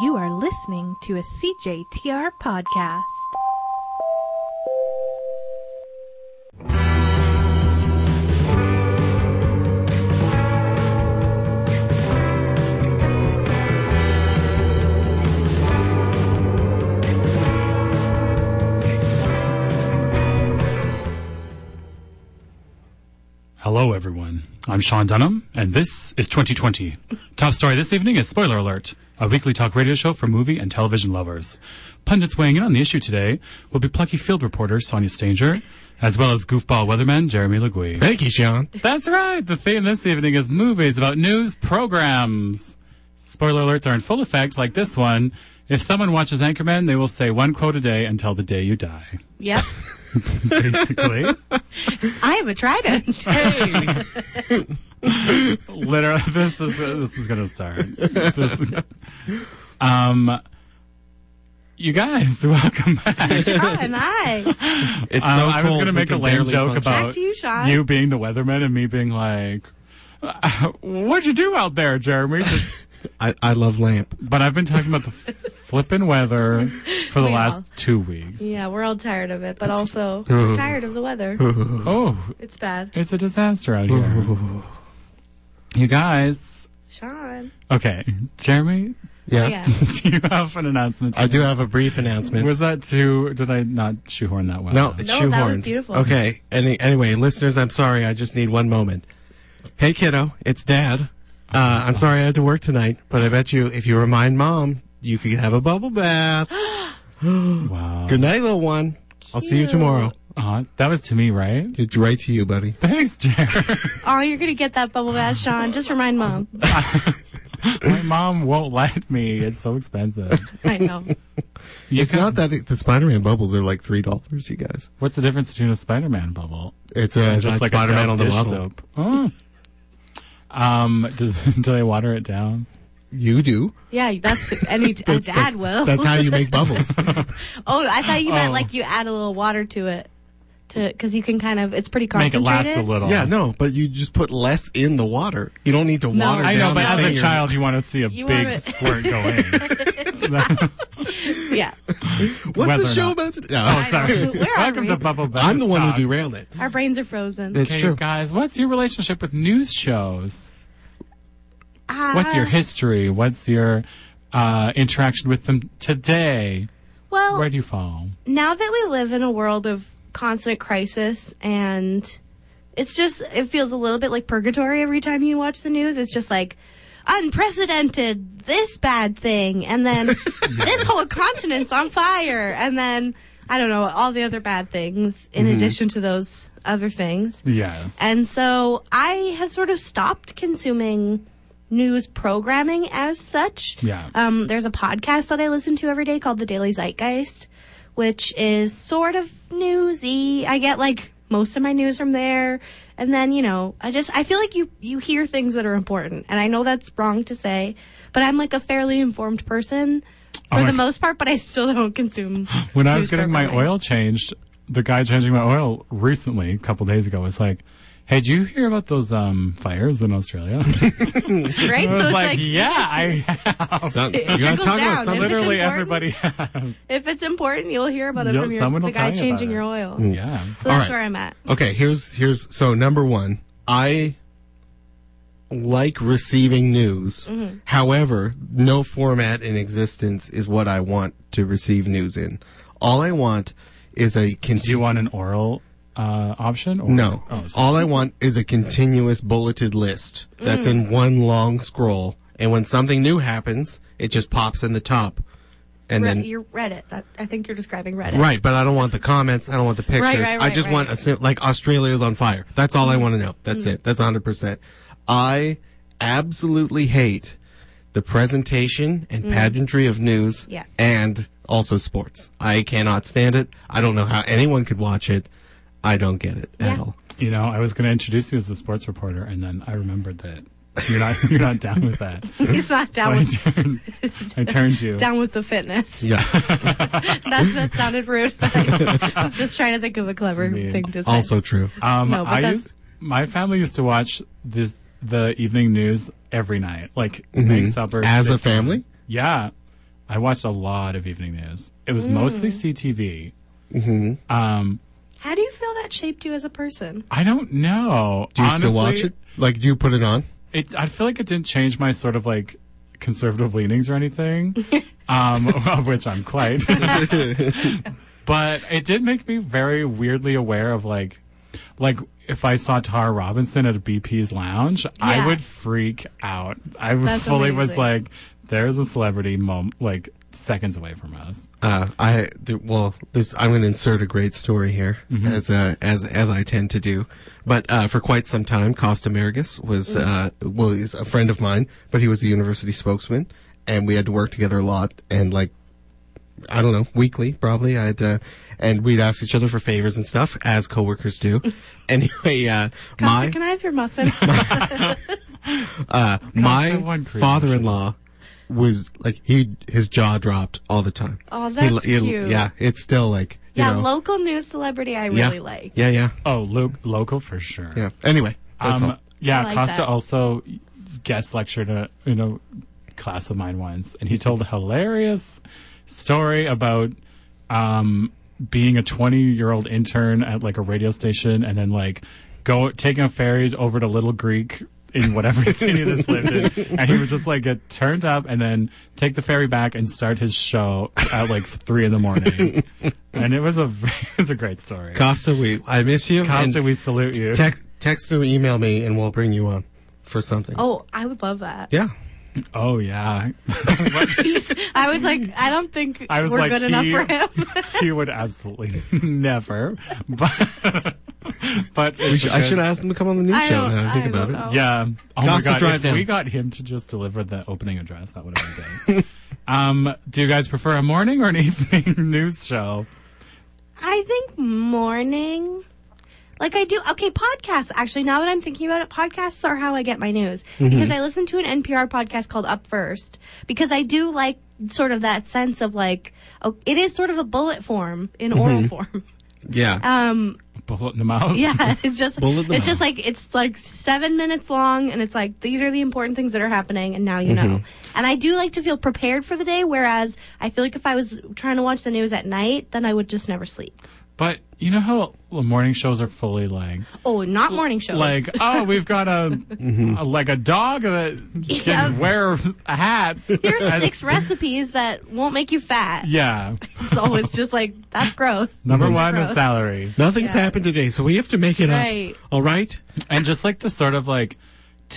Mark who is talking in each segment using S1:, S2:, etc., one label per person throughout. S1: You are listening to a CJTR podcast.
S2: Hello, everyone. I'm Sean Dunham, and this is 2020. Top story this evening is Spoiler Alert, a weekly talk radio show for movie and television lovers. Pundits weighing in on the issue today will be plucky field reporter Sonia Stanger, as well as goofball weatherman Jeremy Legui.
S3: Thank you, Sean.
S2: That's right. The theme this evening is movies about news programs. Spoiler alerts are in full effect, like this one. If someone watches Anchorman, they will say one quote a day until the day you die.
S4: Yep.
S2: Basically,
S4: I have a trident.
S2: literally, this is this is gonna start. This, um, you guys, welcome back.
S4: oh, am I?
S3: It's
S2: Um,
S3: so
S2: I was
S3: cold
S2: gonna
S3: we
S2: make a
S3: can
S2: lame
S3: barely
S2: joke
S3: function.
S2: about
S4: to you, Sean.
S2: being the weatherman and me being like, "What'd you do out there, Jeremy?"
S3: I, I love lamp.
S2: But I've been talking about the flippin' weather for the
S4: We
S2: last
S4: all.
S2: two weeks.
S4: Yeah, we're all tired of it, but also we're tired of the weather.
S2: Oh,
S4: It's bad.
S2: it's a disaster out here. you guys,
S4: Sean.
S2: okay, Jeremy,
S3: Yeah.
S4: Yeah.
S2: do you have an announcement? to
S3: I do
S2: make?
S3: have a brief announcement.
S2: Was that too? Did I not shoehorn that well?
S3: no,
S2: enough?
S3: it's
S4: No, that was
S3: shoehorned.
S4: beautiful.
S3: Okay. Any, anyway, listeners, I'm sorry. I just need one moment. Hey, kiddo, it's Dad. Uh, I'm sorry I had to work tonight, but I bet you if you remind Mom, you could have a bubble bath.
S2: wow.
S3: Good night, little one. I'll see you
S4: Cute.
S3: tomorrow.
S2: Aw, that was to me, right?
S3: It's right to you, buddy.
S2: Thanks, Jeremy.
S4: Oh, you're gonna get that bubble bath, Sean. Just remind mom.
S2: My mom won't let me. It's so expensive.
S4: I know.
S2: You
S3: It's
S2: can-
S3: not that the Spider-Man bubbles are like three dollars, you guys.
S2: What's the difference between a Spider-Man bubble?
S3: It's uh,
S2: Just like
S3: Spider-Man
S2: a
S3: on the
S2: dish
S3: bottle.
S2: soap. Oh. Um, do, do they water it down?
S3: You do.
S4: Yeah, that's any a dad will.
S3: That's how you make bubbles.
S4: oh, I thought you meant
S2: Oh.
S4: like you add a little water to it, to because you can kind of it's pretty
S2: Make
S4: concentrated.
S2: it last a little.
S3: Yeah, no, but you just put less in the water. You don't need to
S4: No.
S3: water
S2: I know,
S3: down
S2: but
S3: the
S2: as a
S3: finger.
S2: child, you want to see a
S4: You
S2: big
S4: wanna-
S2: squirt go in.
S4: Yeah.
S3: What's
S2: whether or
S3: the show
S2: not-
S3: about? Today?
S2: oh, sorry.
S4: Where are
S2: Welcome
S4: we?
S2: to Bubble Bath.
S3: I'm the one
S2: Talk.
S3: who derailed it.
S4: Our brains are frozen.
S3: It's
S2: Okay,
S3: true.
S2: guys, what's your relationship with news shows?
S4: Ah.
S2: What's your history? What's your uh, interaction with them today?
S4: Well,
S2: Where do you fall?
S4: now that we live in a world of constant crisis and it's just it feels a little bit like purgatory every time you watch the news it's just like unprecedented this bad thing and then this whole continent's on fire and then i don't know all the other bad things in addition to those other things
S2: Yes.
S4: and so I have sort of stopped consuming news programming as such.
S2: Yeah.
S4: Um, there's a podcast that I listen to every day called The Daily Zeitgeist, which is sort of newsy. I get like most of my news from there. And then, you know, I just, I feel like you, you hear things that are important. And I know that's wrong to say, but I'm like a fairly informed person for
S2: Oh my-
S4: the most part, but I still don't consume.
S2: when I was
S4: news
S2: getting my
S4: programming.
S2: oil changed, the guy changing my oil recently, a couple days ago, was like, "Hey, did you hear about those um, fires in Australia?"
S4: Right?
S2: I
S4: so
S2: was
S4: it's
S2: like,
S4: like,
S2: "Yeah, I have."
S3: Sounds-
S4: It
S3: you gotta
S4: trickles
S3: talk
S4: down.
S3: about something.
S4: If it's
S2: Literally
S4: important-
S2: everybody has.
S4: if it's important, you'll hear about it
S2: Yeah,
S4: from your,
S2: someone will
S4: the guy
S2: tell you about
S4: changing
S2: it.
S4: your oil.
S3: Mm.
S2: Yeah.
S4: So that's
S3: All right.
S4: where I'm at.
S3: Okay, here's here's so number one, I like receiving news. However, no format in existence is what I want to receive news in. All I want is a
S2: Do you
S3: continuous.
S2: want an oral uh, option? Or?
S3: No,
S2: Oh, so-
S3: all I want is a continuous bulleted list that's in one long scroll, and when something new happens, it just pops in the top, and
S4: Re-
S3: then
S4: you're Reddit. That, I think you're describing Reddit.
S3: Right, but I don't want the comments. I don't want the pictures.
S4: right,
S3: I
S4: right, Mm-hmm.
S3: just
S4: right.
S3: want a, sim- like Australia's on fire. That's all I want to know. That's it. That's 100%. I absolutely hate the presentation and pageantry of news
S4: Mm. Yeah.
S3: and also sports. I cannot stand it. I don't know how anyone could watch it. I don't get it at
S4: Yeah.
S3: all.
S2: You know, I was going to introduce you as the sports reporter, and then I remembered that you're not you're not down with that.
S4: It's not
S2: So
S4: down
S2: I
S4: with,
S2: turned, I turned you.
S4: down with the fitness.
S3: Yeah.
S4: That's, that sounded rude, but I I was just trying to think of a clever
S2: mean.
S4: thing to say.
S3: also true.
S2: Um,
S4: No, but
S2: I
S4: that's-
S2: used, my family used to watch this the evening news every night, like make supper
S3: Mm-hmm. As a
S2: sit down.
S3: family?
S2: Yeah, I watched a lot of evening news. It was
S4: Mm.
S2: mostly CTV. Mm-hmm. Um,
S5: How do you feel that shaped you as a person?
S2: I don't know.
S3: Do you
S2: Honestly,
S3: still watch it? Like, do you put it on?
S2: it I feel like it didn't change my sort of like conservative leanings or anything, um, of which I'm quite. but it did make me very weirdly aware of like, like if I saw Tara Robinson at a BP's lounge, I
S5: Yeah.
S2: would freak out. I
S5: That's
S2: fully was
S5: amazing.
S2: like, there's a celebrity mom like seconds away from us.
S3: Uh, I th- well, this I'm going to insert a great story here, as uh, as as I tend to do. But uh, for quite some time, Costa Margus was uh, well, he's a friend of mine, but he was the university spokesman, and we had to work together a lot. And like, I don't know, weekly probably. I had to, and we'd ask each other for favors and stuff, as coworkers do. anyway, uh,
S5: Costa,
S3: my
S5: can I have your muffin?
S3: uh,
S2: I
S3: my
S2: want cream,
S3: father-in-law was like he his jaw dropped all the time.
S5: Oh,
S3: He-
S5: that's
S3: he-
S5: cute.
S3: Yeah, it's still like you
S5: yeah,
S3: know,
S5: local news celebrity I
S3: yeah,
S5: really like.
S3: Yeah, yeah,
S2: Oh, lo- local for sure.
S3: yeah. Anyway, that's
S2: um,
S3: all.
S2: Yeah,
S5: I like
S2: Costa
S5: that.
S2: also guest lectured a you know class of mine once, and he told a hilarious story about um, being a 20 year old intern at like a radio station, and then like go taking a ferry over to Little Greek. In whatever city this lived in, and he would just like get turned up and then take the ferry back and start his show at like three in the morning, and it was a it was a great story.
S3: Costa, we I miss you.
S2: Costa,
S3: and
S2: we salute you.
S3: text text or email me, and we'll bring you on for something.
S5: Oh, I would love that.
S3: yeah.
S2: Oh yeah,
S5: I was like, I don't think
S2: I was
S5: we're
S2: like,
S5: good
S2: he,
S5: enough for him.
S2: he would absolutely never. But, but
S3: We should, I should ask him to come on the news
S5: I
S3: show
S5: don't-
S3: now I think
S5: I
S3: about
S5: don't
S3: it.
S5: know.
S2: Yeah. Oh my
S3: Costa
S2: god,
S3: Drive
S2: if
S3: Down.
S2: we got him to just deliver the opening address, that would have been great. um, do you guys prefer a morning or an evening news show?
S5: I think morning. Like I do. Okay, podcasts. Actually, now that I'm thinking about it, podcasts are how I get my news because I listen to an NPR podcast called Up First because I do like sort of that sense of like oh, it is sort of a bullet form in oral form.
S3: Yeah.
S5: Um,
S2: Bullet in the mouth.
S5: yeah, it's just
S3: Bullet in
S5: it's
S3: the
S5: just like it's like seven minutes long, and it's like these are the important things that are happening, and now you know. And I do like to feel prepared for the day, whereas I feel like if I was trying to watch the news at night, then I would just never sleep.
S2: But you know how morning shows are fully like,
S5: Oh, not morning shows.
S2: like oh, we've got a, a- like a dog that
S5: Yeah.
S2: can wear a hat.
S5: Here's six recipes that won't make you fat.
S2: Yeah.
S5: It's always just like that's gross.
S2: Number one is
S5: Gross.
S2: salary.
S3: Nothing's happened today, so we have to make it
S5: Right.
S3: up. All right.
S2: and just like the sort of like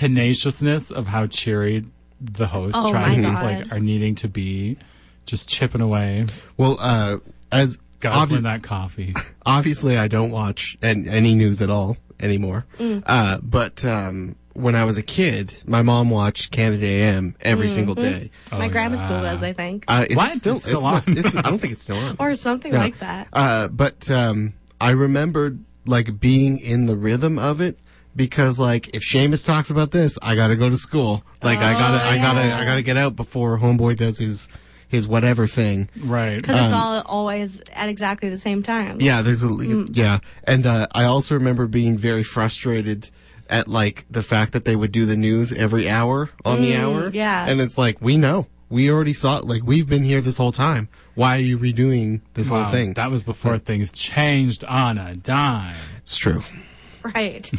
S2: tenaciousness of how cheery the hosts
S5: Oh
S2: try to
S5: my
S2: like
S5: God.
S2: are needing to be just chipping away
S3: Well, uh, as obvi-
S2: guzzling that coffee
S3: obviously I don't watch an, any news at all anymore.
S5: Mm.
S3: Uh, but um, when I was a kid, my mom watched Canada AM every
S5: Mm.
S3: single day.
S5: My
S2: Oh,
S5: grandma
S2: yeah.
S5: still does, I think,
S3: Uh, is
S2: What?
S3: It still,
S2: It's still
S3: not-
S2: on.
S3: it's- I don't think it's still on.
S5: or something
S3: Yeah.
S5: like that.
S3: Uh, but um, I remembered like being in the rhythm of it because like if Seamus talks about this, I gotta go to school. Like I gotta,
S5: Oh,
S3: I gotta, I gotta get out before Homeboy does his his whatever thing.
S2: right
S5: Because it's all always at exactly the same time.
S3: Yeah, there's a yeah, and uh, I also remember being very frustrated at like the fact that they would do the news every hour on the hour.
S5: yeah.
S3: and it's like we know. We already saw it. Like we've been here this whole time. Why are you redoing this
S2: Wow,
S3: whole thing?
S2: that was before things changed on a dime
S3: That's true.
S5: Right.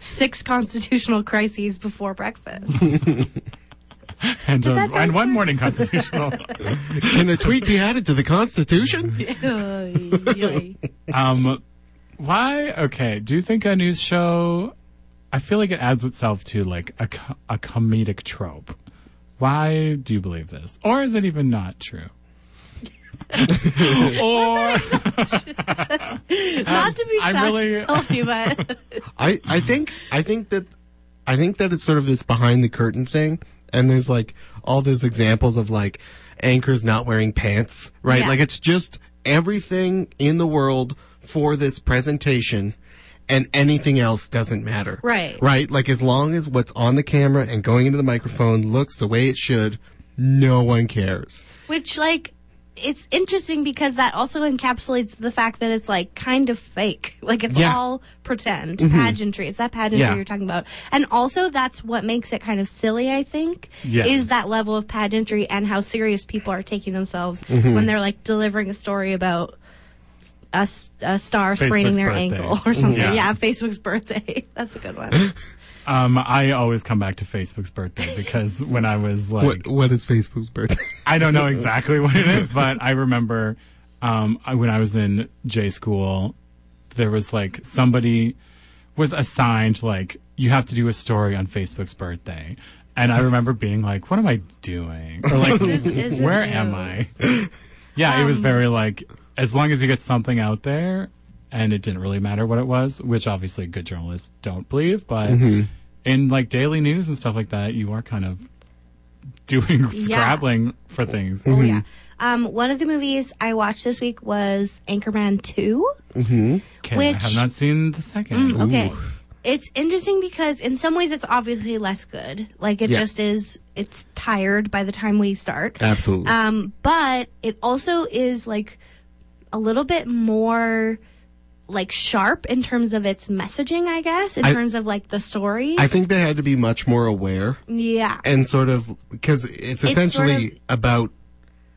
S5: Six constitutional crises before breakfast.
S2: and, uh,
S5: that
S2: and
S5: sounds
S2: one
S5: fun.
S2: morning constitutional
S3: Can a tweet be added to the Constitution?
S5: Oy, oy.
S2: um why okay do you think a news show i feel like it adds itself to like a, co- a comedic trope why do you believe this or is it even not true or
S5: Not to be
S2: I
S5: sound
S2: really-
S5: salty, but
S3: I,
S5: Mm-hmm.
S3: I think I think that I think that it's sort of this behind the curtain thing, and there's like all those examples of like anchors not wearing pants, right?
S5: Yeah.
S3: Like it's just everything in the world for this presentation, and anything else doesn't matter,
S5: Right.
S3: Right? Like as long as what's on the camera and going into the microphone looks the way it should, no one cares.
S5: which like it's interesting because that also encapsulates the fact that it's like kind of fake. Like it's
S3: Yeah.
S5: all pretend pageantry. It's that pageantry
S3: Yeah.
S5: you're talking about. And also that's what makes it kind of silly, I think,
S2: Yeah.
S5: is that level of pageantry and how serious people are taking themselves when they're like delivering a story about a, s- a star spraining
S2: Facebook's
S5: their
S2: birthday.
S5: ankle or something.
S2: Yeah.
S5: Yeah. Facebook's birthday. That's a good one. Oh,
S2: Um, I always come back to Facebook's birthday because when I was like,
S3: What what is Facebook's birthday?
S2: I don't know exactly what it is, but I remember um, I- when I was in J school, there was like somebody was assigned like you have to do a story on Facebook's birthday, and I remember being like, "What am I doing?" Or like,
S5: This isn't
S2: "Where am
S5: news.
S2: I?" Yeah, it was
S5: Um,
S2: very like as long as you get something out there, and it didn't really matter what it was, which obviously good journalists don't believe, but in like daily news and stuff like that, you are kind of doing scrabbling for things.
S5: Oh yeah. Um, one of the movies I watched this week was Anchorman Two.
S2: Okay, I
S5: Which- Mm,
S2: have not seen the second.
S5: Okay. It's interesting because in some ways it's obviously less good. Like it
S3: Yeah.
S5: just is. It's tired by the time we start.
S3: Absolutely.
S5: Um, but it also is like a little bit more like sharp in terms of its messaging, I guess, in
S3: I-
S5: terms of like the story.
S3: I think they had to be much more aware
S5: yeah.
S3: and sort of because it's
S5: It's
S3: essentially
S5: sort of-
S3: about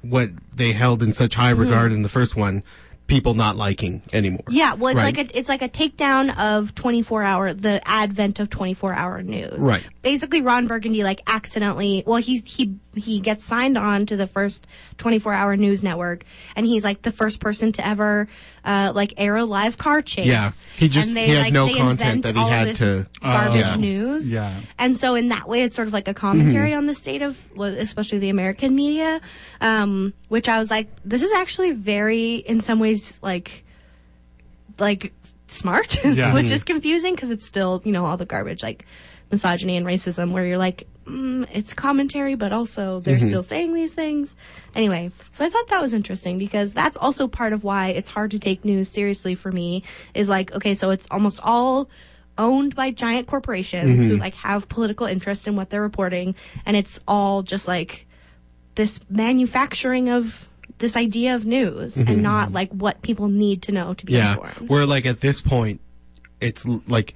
S3: what they held in such high regard in the first one, people not liking anymore.
S5: Hmm. Yeah, well, it's
S3: Right.
S5: like a it's like a takedown of twenty four hour the advent of twenty four hour news.
S3: Right.
S5: Basically, Ron Burgundy like accidentally well he's he he gets signed on to the first twenty four hour news network, and he's like the first person to ever uh, like air a live car chase.
S3: Yeah. He just-
S5: and they,
S3: he had
S5: like,
S3: no
S5: they invent
S3: content that he
S5: all
S3: had
S5: this
S3: to-
S5: garbage
S3: Oh.
S5: news.
S2: Yeah.
S5: And so in that way, it's sort of like a commentary
S3: Mm-hmm.
S5: on the state of, well, especially the American media, um, which I was like, this is actually very, in some ways, like, like smart,
S2: Yeah.
S5: which is confusing because it's still, you know, all the garbage like misogyny and racism where you're like, mm, it's commentary, but also they're still saying these things. Anyway, so I thought that was interesting because that's also part of why it's hard to take news seriously for me is like, okay, so it's almost all owned by giant corporations who like have political interest in what they're reporting and it's all just like this manufacturing of this idea of news and not like what people need to know to be
S3: Yeah.
S5: informed.
S3: Where like at this point, it's l- like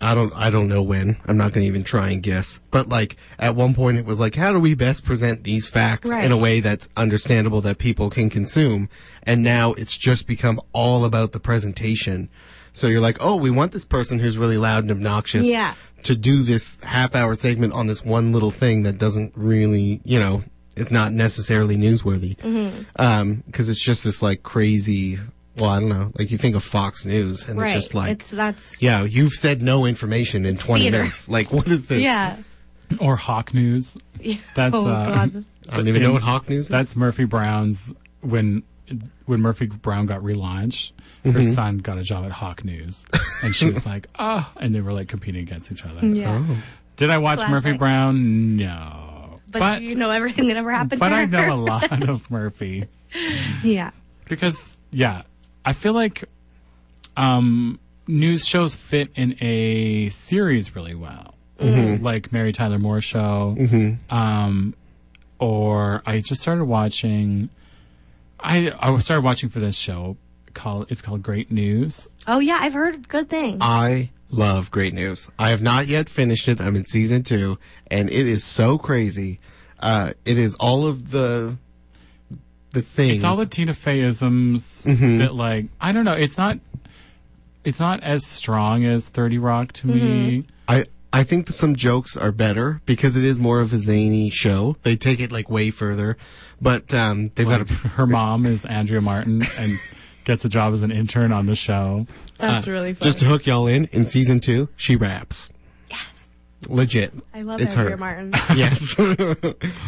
S3: I don't I don't know when. I'm not going to even try and guess. But like at one point, it was like, how do we best present these facts in a
S5: Right.
S3: way that's understandable that people can consume? And now it's just become all about the presentation. So you're like, oh, we want this person who's really loud and obnoxious
S5: Yeah.
S3: to do this half hour segment on this one little thing that doesn't really, you know, is not necessarily newsworthy.
S5: Mm-hmm.
S3: Um, cause it's just this like crazy, well, I don't know, like you think of Fox News and
S5: right.
S3: it's just like,
S5: it's that's
S3: yeah, you've said no information in 20
S5: Theater.
S3: minutes. Like, what is this?
S5: yeah.
S2: Or Hawk News. That's
S5: oh
S2: uh,
S5: god.
S3: I don't even know what Hawk News is.
S2: That's Murphy Brown's when when Murphy Brown got relaunched, her son got a job at Hawk News, and she was like, "Ah!" and they were like competing against each other.
S5: Yeah.
S2: Did I watch Murphy
S5: Classic.
S2: Brown? No,
S5: But, you know everything that ever happened
S2: but
S5: to
S2: I
S5: her.
S2: know a lot of Murphy.
S5: yeah.
S2: because yeah i feel like um news shows fit in a series really well like mary tyler moore show um or i just started watching i i started watching for this show called it's called great news
S5: Oh yeah, I've heard good things.
S3: I love Great News. I have not yet finished it. I'm in season two, and it is so crazy. Uh, it is all of the the things.
S2: it's all the tina feyisms that like i don't know it's not it's not as strong as 30 rock to me
S3: I I think some jokes are better because it is more of a zany show. They take it like way further, but um, they've
S2: like
S3: got a,
S2: her mom is andrea martin and gets a job as an intern on the show
S5: that's really fun.
S3: uh, just to hook y'all in. In season two, she raps. Yes, legit.
S5: I love
S3: it's
S5: Andrea
S3: her.
S5: Martin.
S3: Yes,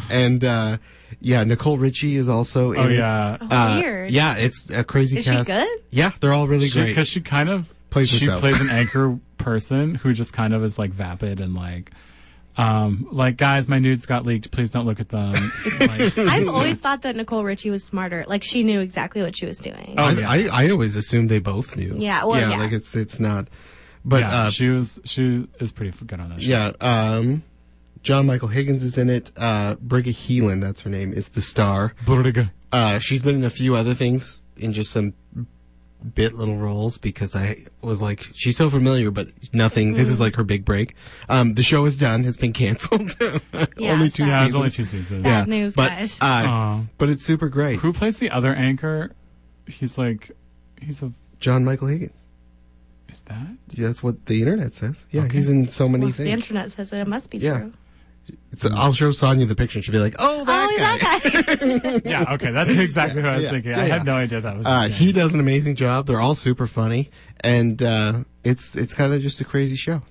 S3: and uh, yeah, Nicole Richie is also.
S2: Oh
S3: in it.
S2: yeah,
S3: Uh,
S5: Weird.
S3: Yeah, it's a crazy
S5: Is she
S3: cast.
S5: good?
S3: Yeah, they're all really great.
S2: because she, kind of
S3: Plays
S2: she
S3: herself.
S2: plays an anchor person who just kind of is like vapid and like, um, like guys, my nudes got leaked. Please don't look at them. Like,
S5: I've always thought that Nicole Richie was smarter. Like she knew exactly what she was doing.
S2: Oh,
S3: I,
S2: yeah.
S3: I, I always assumed they both knew.
S5: Yeah, well, yeah.
S3: like it's it's not. But
S2: yeah,
S3: uh,
S2: she was she is pretty good on that. Show.
S3: yeah, um, John Michael Higgins is in it. Uh, Brigga Heelan, that's her name, is the star.
S2: Brigga.
S3: Uh, she's been in a few other things in just some bit little roles because I was like, she's so familiar, but nothing. This
S5: Mm-hmm.
S3: is like her big break. Um, the show is done, has been canceled. only two
S5: sad.
S2: Yeah,
S3: seasons.
S2: it's only two seasons.
S5: Yeah. Bad news,
S3: but,
S5: guys.
S3: Uh,
S2: Aw.
S3: but it's super great.
S2: Who plays the other anchor? He's like, he's a.
S3: John Michael Higgins.
S2: Is that?
S3: That's what the internet says. Yeah, he's in so many
S5: Well, if the
S3: things.
S5: internet says it, it must be
S3: Yeah.
S5: true.
S3: It's, I'll show Sonya the picture. and She'll be like, "Oh, that
S5: oh,
S3: guy."
S5: that guy.
S2: Yeah. Okay, that's exactly who I was
S3: yeah,
S2: thinking.
S3: yeah,
S2: I
S3: yeah.
S2: had no idea that was. his
S3: Uh,
S2: name.
S3: he does an amazing job. They're all super funny, and uh, it's it's kind of just a crazy show.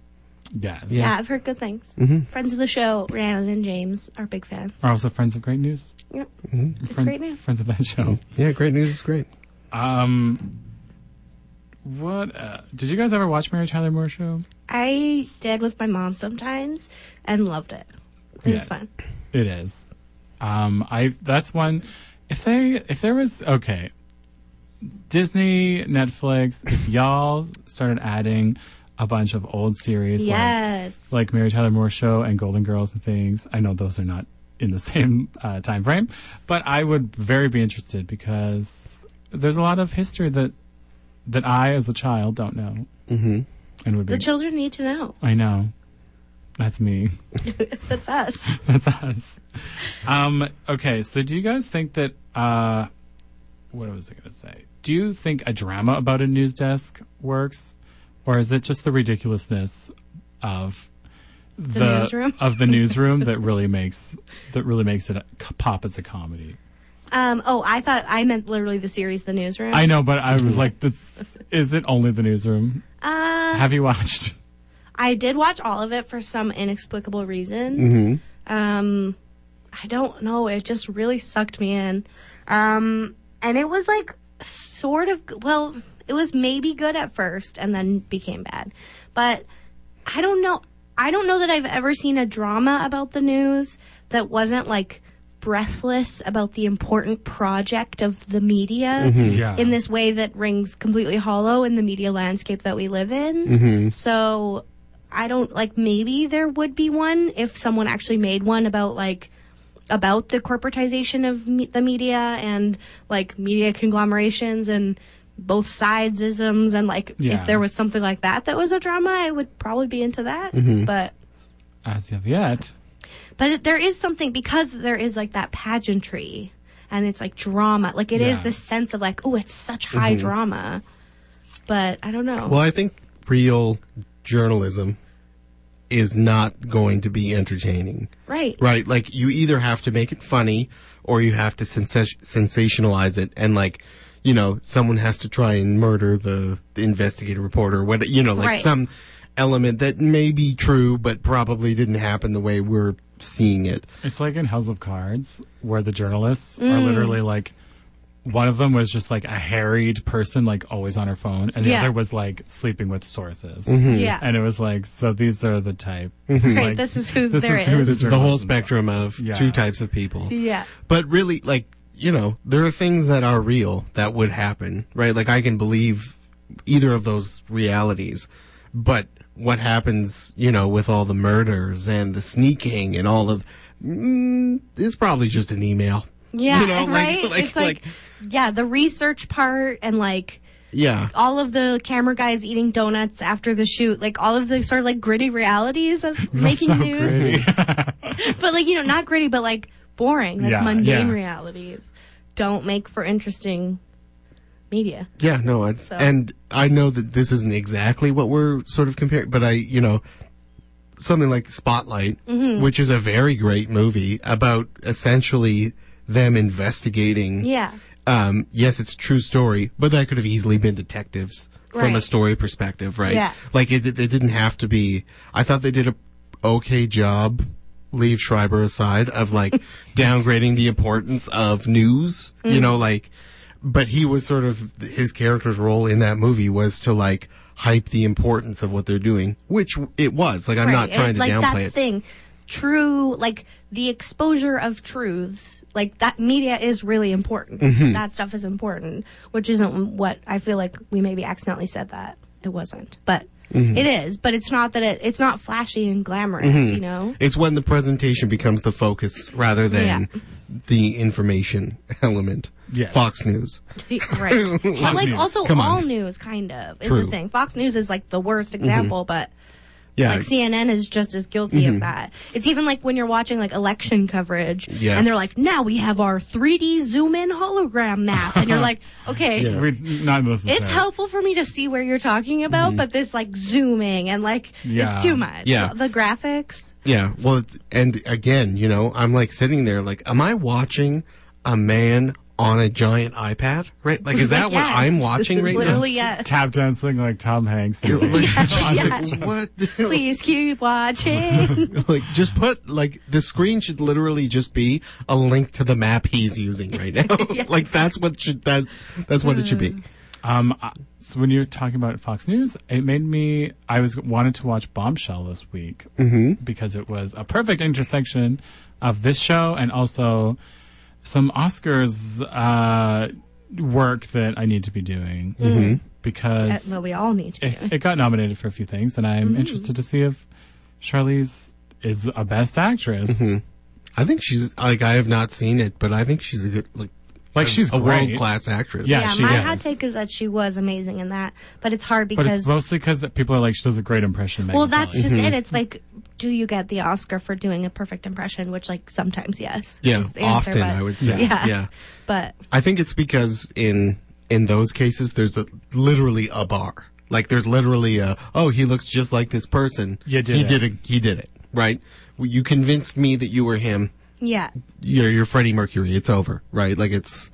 S2: Yes.
S3: Yeah.
S5: yeah, I've heard good things. Friends of the show, Rhiannon and James, are big fans.
S2: Are also friends of great news.
S5: Yep. It's
S2: Mm-hmm. Friends,
S5: great news.
S2: Friends of that show.
S3: Yeah, great news is great.
S2: Um. What uh, did you guys ever watch Mary Tyler Moore show?
S5: I did with my mom sometimes and loved it. It was
S2: Yes.
S5: fun.
S2: It is. Um, I that's one. If they if there was okay, Disney, Netflix, if y'all started adding a bunch of old series like-
S5: Yes.
S2: like Mary Tyler Moore show and Golden Girls and things. I know those are not in the same uh, time frame, but I would very be interested because there's a lot of history that that I as a child don't know. Mm-hmm. And would be
S5: the children need to know.
S2: I know. That's me.
S5: That's us.
S2: That's us. Um, okay, so do you guys think that uh, what was I going to say? Do you think a drama about a news desk works, or is it just the ridiculousness of the,
S5: newsroom?
S2: of the newsroom that really makes that really makes it c- pop as a comedy?
S5: Um, oh, I thought I meant literally the series The Newsroom.
S2: I know, but I was like, this is it only the newsroom?
S5: Uh,
S2: Have you watched?
S5: I did watch all of it for some inexplicable reason. Um, I don't know. It just really sucked me in. Um, and it was like sort of, well, it was maybe good at first and then became bad. But I don't know. I don't know that I've ever seen a drama about the news that wasn't like breathless about the important project of the media
S2: Yeah.
S5: in this way that rings completely hollow in the media landscape that we live in.
S2: Mm-hmm.
S5: So I don't like maybe there would be one if someone actually made one about like about the corporatization of me- the media and like media conglomerations and both sides isms and like
S2: Yeah.
S5: if there was something like that that was a drama I would probably be into that
S2: Mm-hmm.
S5: but
S2: as of yet.
S5: but it, there is something because there is like that pageantry and it's like drama. Like it is
S2: Yeah.
S5: this sense of like, oh, it's such high drama. But I don't know.
S3: Well, I think real journalism is not going to be entertaining.
S5: right.
S3: Right. Like you either have to make it funny or you have to sensa- sensationalize it and like, you know, someone has to try and murder the, the investigative reporter, what, you know, like
S5: Right.
S3: some element that may be true, but probably didn't happen the way we're seeing it.
S2: It's like in House of Cards, where the journalists
S5: Mm.
S2: are literally like, one of them was just like a harried person, like always on her phone, and the
S5: Yeah.
S2: other was like sleeping with sources.
S3: Mm-hmm.
S5: Yeah.
S2: And it was like, so these are the type.
S5: right.
S2: like,
S5: this is who
S2: this
S5: there
S2: is who
S5: is.
S2: this-
S3: The whole spectrum of
S2: Yeah.
S3: two types of people.
S5: yeah.
S3: but really like you know there are things that are real that would happen right like i can believe either of those realities but what happens you know with all the murders and the sneaking and all of mm, it's probably just an email
S5: Yeah.
S3: You know, like-
S5: right.
S3: like-
S5: it's like, yeah, the research part and like
S3: yeah
S5: all of the camera guys eating donuts after the shoot, like all of the sort of like gritty realities of making
S2: so
S5: news.
S2: gritty.
S5: but like you know not gritty but like boring like
S2: Yeah,
S5: mundane
S3: yeah.
S5: realities don't make for interesting media
S3: yeah no it's and i know that this isn't exactly what we're sort of comparing but i you know something like Spotlight, which is a very great movie about essentially them investigating.
S5: Yeah.
S3: Um, yes, it's a true story, but that could have easily been detectives from a
S5: Right.
S3: story perspective, right?
S5: Yeah.
S3: Like it, it didn't have to be. I thought they did a okay job. Leave Schreiber aside of like downgrading the importance of news,
S5: Mm.
S3: you know, like, but he was sort of his character's role in that movie was to like hype the importance of what they're doing, which it was. Like, I'm not
S5: Right,
S3: trying
S5: and,
S3: to
S5: like
S3: downplay
S5: that
S3: it.
S5: thing true like the exposure of truths like that media is really important
S3: Mm-hmm.
S5: that stuff is important which isn't what i feel like we maybe accidentally said that it wasn't but
S3: Mm-hmm.
S5: It is, but it's not that it, it's not flashy and glamorous, you know?
S3: It's when the presentation becomes the focus rather than the information element.
S2: Yes.
S3: Fox News.
S5: right. But like
S2: news.
S5: also
S3: Come
S5: all
S3: on.
S5: news kind of is
S3: True. Mm-hmm.
S5: the thing. Fox News is like the worst example, but
S3: Yeah. Mm-hmm.
S5: like CNN is just as guilty of that. It's even like when you're watching like election coverage
S3: Yes.
S5: and they're like, now we have our 3D zoom in hologram map. And you're like, okay,
S3: Yeah.
S2: We, none of this is
S5: it's
S2: there.
S5: helpful for me to see where you're talking about, but this like zooming and like,
S2: Yeah.
S5: it's too much.
S3: Mm-hmm. Yeah.
S5: The graphics.
S3: yeah. Well, it's- and again, you know, I'm like sitting there like, am I watching a man on a giant iPad? Right? Like, is that
S5: Like,
S3: what
S5: yes.
S3: I'm watching right
S5: Literally, yes.
S2: Tap dancing like Tom Hanks.
S3: now? Like,
S5: yes.
S3: like, what?
S5: Please keep watching.
S3: like, just put, like, the screen should literally just be a link to the map he's using right now. Like, that's what should, that's, that's what it should
S5: Mm.
S3: be.
S2: Um, I- so when you were talking about Fox News, it made me. I was wanted to watch Bombshell this week
S3: Mm-hmm.
S2: because it was a perfect intersection of this show and also some Oscars uh, work that I need to be doing
S3: Mm-hmm.
S5: Uh,
S2: because
S5: well, we all need to. be
S2: it, it got nominated for a few things, and I'm
S5: Mm-hmm.
S2: interested to see if Charlize is a Best Actress.
S3: Mm-hmm. I think she's, like, I have not seen it, but I think she's a good, like,
S2: Like she's
S3: a
S2: great.
S3: world class actress.
S2: Yeah.
S5: Yeah,
S2: she
S5: my
S2: is.
S5: hot take is that she was amazing in that, but it's hard
S2: But
S5: because
S2: it's mostly because people are like, she does a great impression. of Megan
S5: well, that's
S2: Kelly.
S5: just
S3: Mm-hmm.
S5: it. It's like, do you get the Oscar for doing a perfect impression? Which, like, sometimes yes.
S3: Yeah,
S5: is the answer,
S3: often
S5: but-
S3: I would say.
S5: Yeah.
S3: yeah.
S5: But
S3: I think it's because in in those cases, there's a, literally a bar. Like there's literally a oh he looks just like this person.
S2: You did
S3: he
S2: it.
S3: did a, he did it right. Well, You convinced me that you were him.
S5: yeah,
S3: You're you're Freddie Mercury. It's over right. Like it's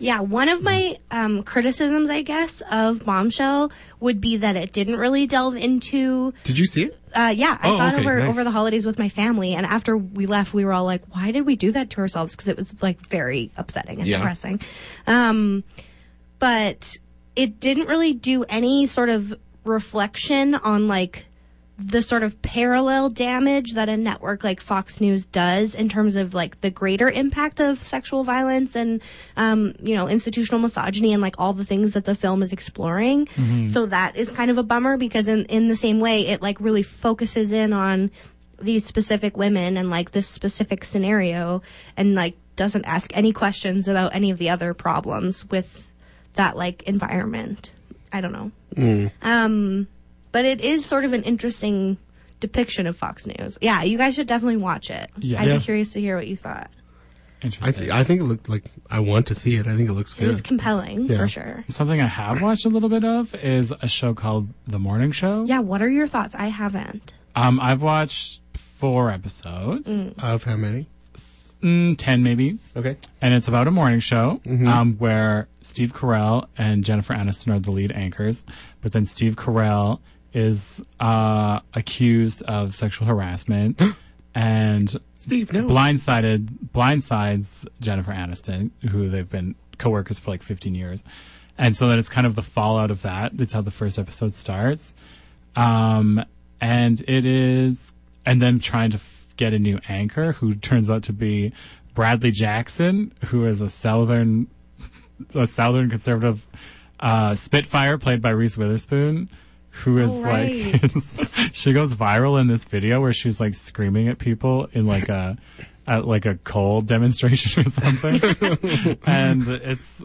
S5: yeah. One of my um, criticisms, I guess, of Bombshell would be that it didn't really delve into
S3: did you see it?
S5: Uh, yeah, I
S3: Oh,
S5: saw
S3: okay,
S5: it over
S3: nice.
S5: over the holidays with my family, and after we left, we were all like, "Why did we do that to ourselves?" Because it was like very upsetting and
S3: Yeah.
S5: depressing. Um, but it didn't really do any sort of reflection on like the sort of parallel damage that a network like Fox News does in terms of like the greater impact of sexual violence and um, you know institutional misogyny and like all the things that the film is exploring. So that is kind of a bummer because in in the same way it like really focuses in on these specific women and like this specific scenario and like doesn't ask any questions about any of the other problems with that like environment. I don't know. Um, but it is sort of an interesting depiction of Fox News. Yeah, you guys should definitely watch it.
S2: Yeah.
S5: I'd
S2: Yeah.
S5: be curious to hear what you thought.
S2: Interesting.
S3: I th- I think it looked like I want to see it. I think it looks
S5: It was
S3: good.
S5: compelling
S3: Yeah.
S5: for sure.
S2: Something I have watched a little bit of is a show called The Morning Show.
S5: Yeah, what are your thoughts? I haven't.
S2: Um, I've watched four episodes, mm.
S3: of how many?
S2: ten maybe,
S3: Okay.
S2: and it's about a morning show um, where Steve Carell and Jennifer Aniston are the lead anchors, but then Steve Carell is uh, accused of sexual harassment and
S3: Steve, no.
S2: blindsided blindsides Jennifer Aniston, who they've been coworkers for like 15 years, and so then it's kind of the fallout of that. It's how the first episode starts, um, and it is, and then trying to f- get a new anchor who turns out to be Bradley Jackson, who is a southern a southern conservative uh, Spitfire played by Reese Witherspoon, who is like
S5: right.
S2: she goes viral in this video where she's like screaming at people in like a at like a coal demonstration or something, and it's, it's-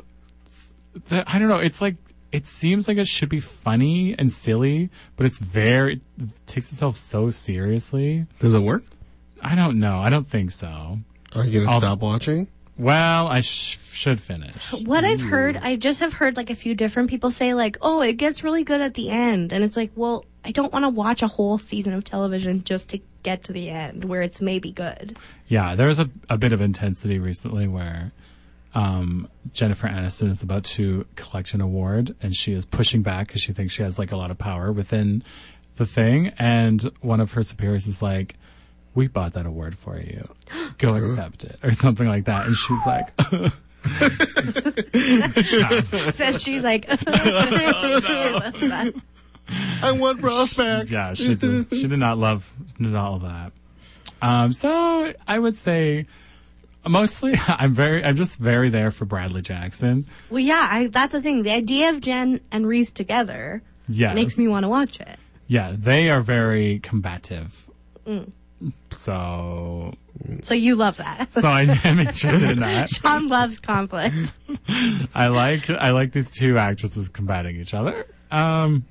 S2: the, I don't know. It's like it seems like it should be funny and silly, but it's very it takes itself so seriously.
S3: Does it work?
S2: I don't know. I don't think so.
S3: Are you gonna
S2: I'll-
S3: stop watching?
S2: Well, I sh- should finish.
S5: What I've heard, I just have heard like a few different people say like, "Oh, it gets really good at the end." And it's like, "Well, I don't want to watch a whole season of television just to get to the end where it's maybe good."
S2: Yeah, there was a, a bit of intensity recently where um, Jennifer Aniston is about to collect an award and she is pushing back because she thinks she has like a lot of power within the thing. And one of her superiors is like, We bought that award for you. Go accept it or something like that. And she's like,
S5: so she's like,
S2: Oh,
S3: I want Ross back.
S2: Yeah, she did, she did not love did not all that. Um, so I would say mostly I'm very I'm just very there for Bradley Jackson.
S5: Well, yeah, I, that's the thing. The idea of Jen and Reese together
S2: Yes.
S5: makes me want to watch it.
S2: Yeah, they are very combative.
S5: Mm.
S2: So,
S5: So you love that.
S2: so I am interested in that.
S5: Sean loves conflict.
S2: I like I like these two actresses combating each other. Um.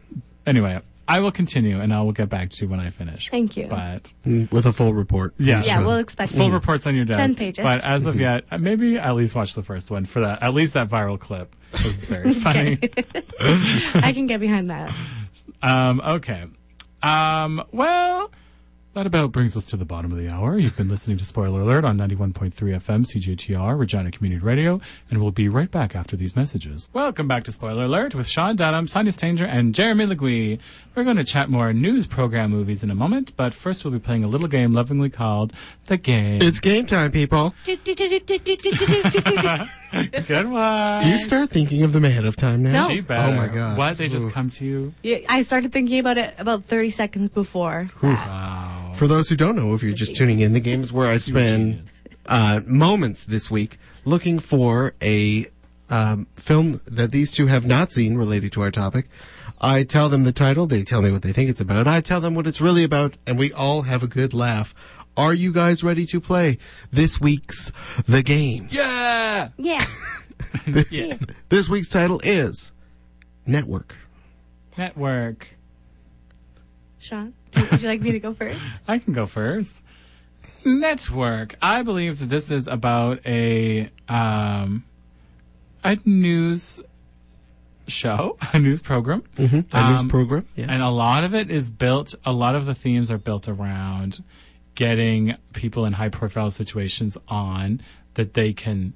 S2: Anyway, I will continue, and I will get back to you when I finish.
S5: Thank you.
S2: But
S3: with a full report.
S2: Yeah.
S5: Yeah,
S2: So-
S5: we'll expect
S2: full
S5: that.
S2: reports on your desk.
S5: 10 pages.
S2: But as of yet, uh, maybe at least watch the first one for that. At least that viral clip was very funny.
S5: I can get behind that.
S2: Um, okay. Um, well, that about brings us to the bottom of the hour. You've been listening to Spoiler Alert on 91.3 FM CJTR, Regina Community Radio, and we'll be right back after these messages. Welcome back to Spoiler Alert with Sean Dunham, Sonia Stanger, and Jeremy Legui. We're going to chat more news program movies in a moment, but first we'll be playing a little game lovingly called The Game.
S3: It's game time, people.
S2: Good one.
S3: Do you start thinking of them ahead of time now?
S5: No.
S2: She better.
S3: Oh my God.
S2: What? They just
S3: Ooh.
S2: come to you?
S5: Yeah, I started thinking about it about 30 seconds before.
S2: Hmm. Wow.
S3: For those who don't know, if you're just tuning in, the game is where I spend uh, moments this week looking for a um, film that these two have not seen related to our topic. I tell them the title, they tell me what they think it's about, I tell them what it's really about, and we all have a good laugh. Are you guys ready to play this week's The Game?
S2: Yeah.
S5: Yeah.
S2: Yeah.
S3: This week's title is Network.
S2: Network.
S5: Sean, do- would you like me to go first?
S2: I can go first. Network. I believe that this is about a um, a news show, a news program,
S3: Mm-hmm. A
S2: Um,
S3: news program. Yeah.
S2: and a lot of it is built. A lot of the themes are built around getting people in high profile situations on that they can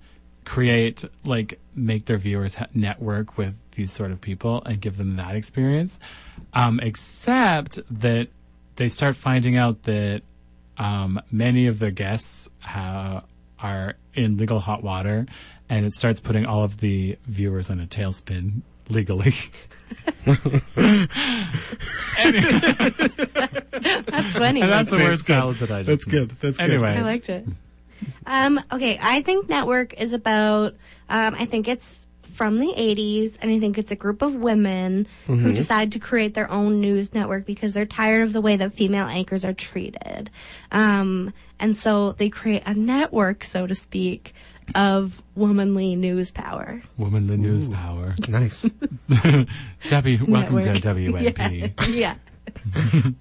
S2: create, like make their viewers ha- network with these sort of people and give them that experience. Um, except that they start finding out that um, many of their guests ha- are in legal hot water, and it starts putting all of the viewers on a tailspin legally.
S5: That's funny.
S2: And that's the
S3: That's
S2: word
S3: good.
S2: salad that I just
S3: That's good. That's good.
S2: anyway,
S5: I liked it. Um, okay, I think Network is about, um, I think it's from the 80s, and I think it's a group of women who decide to create their own news network because they're tired of the way that female anchors are treated. Um, and so they create a network, so to speak, of womanly news power.
S2: womanly news power.
S3: nice.
S2: Debbie, welcome
S5: Network.
S2: to WNP.
S5: yeah.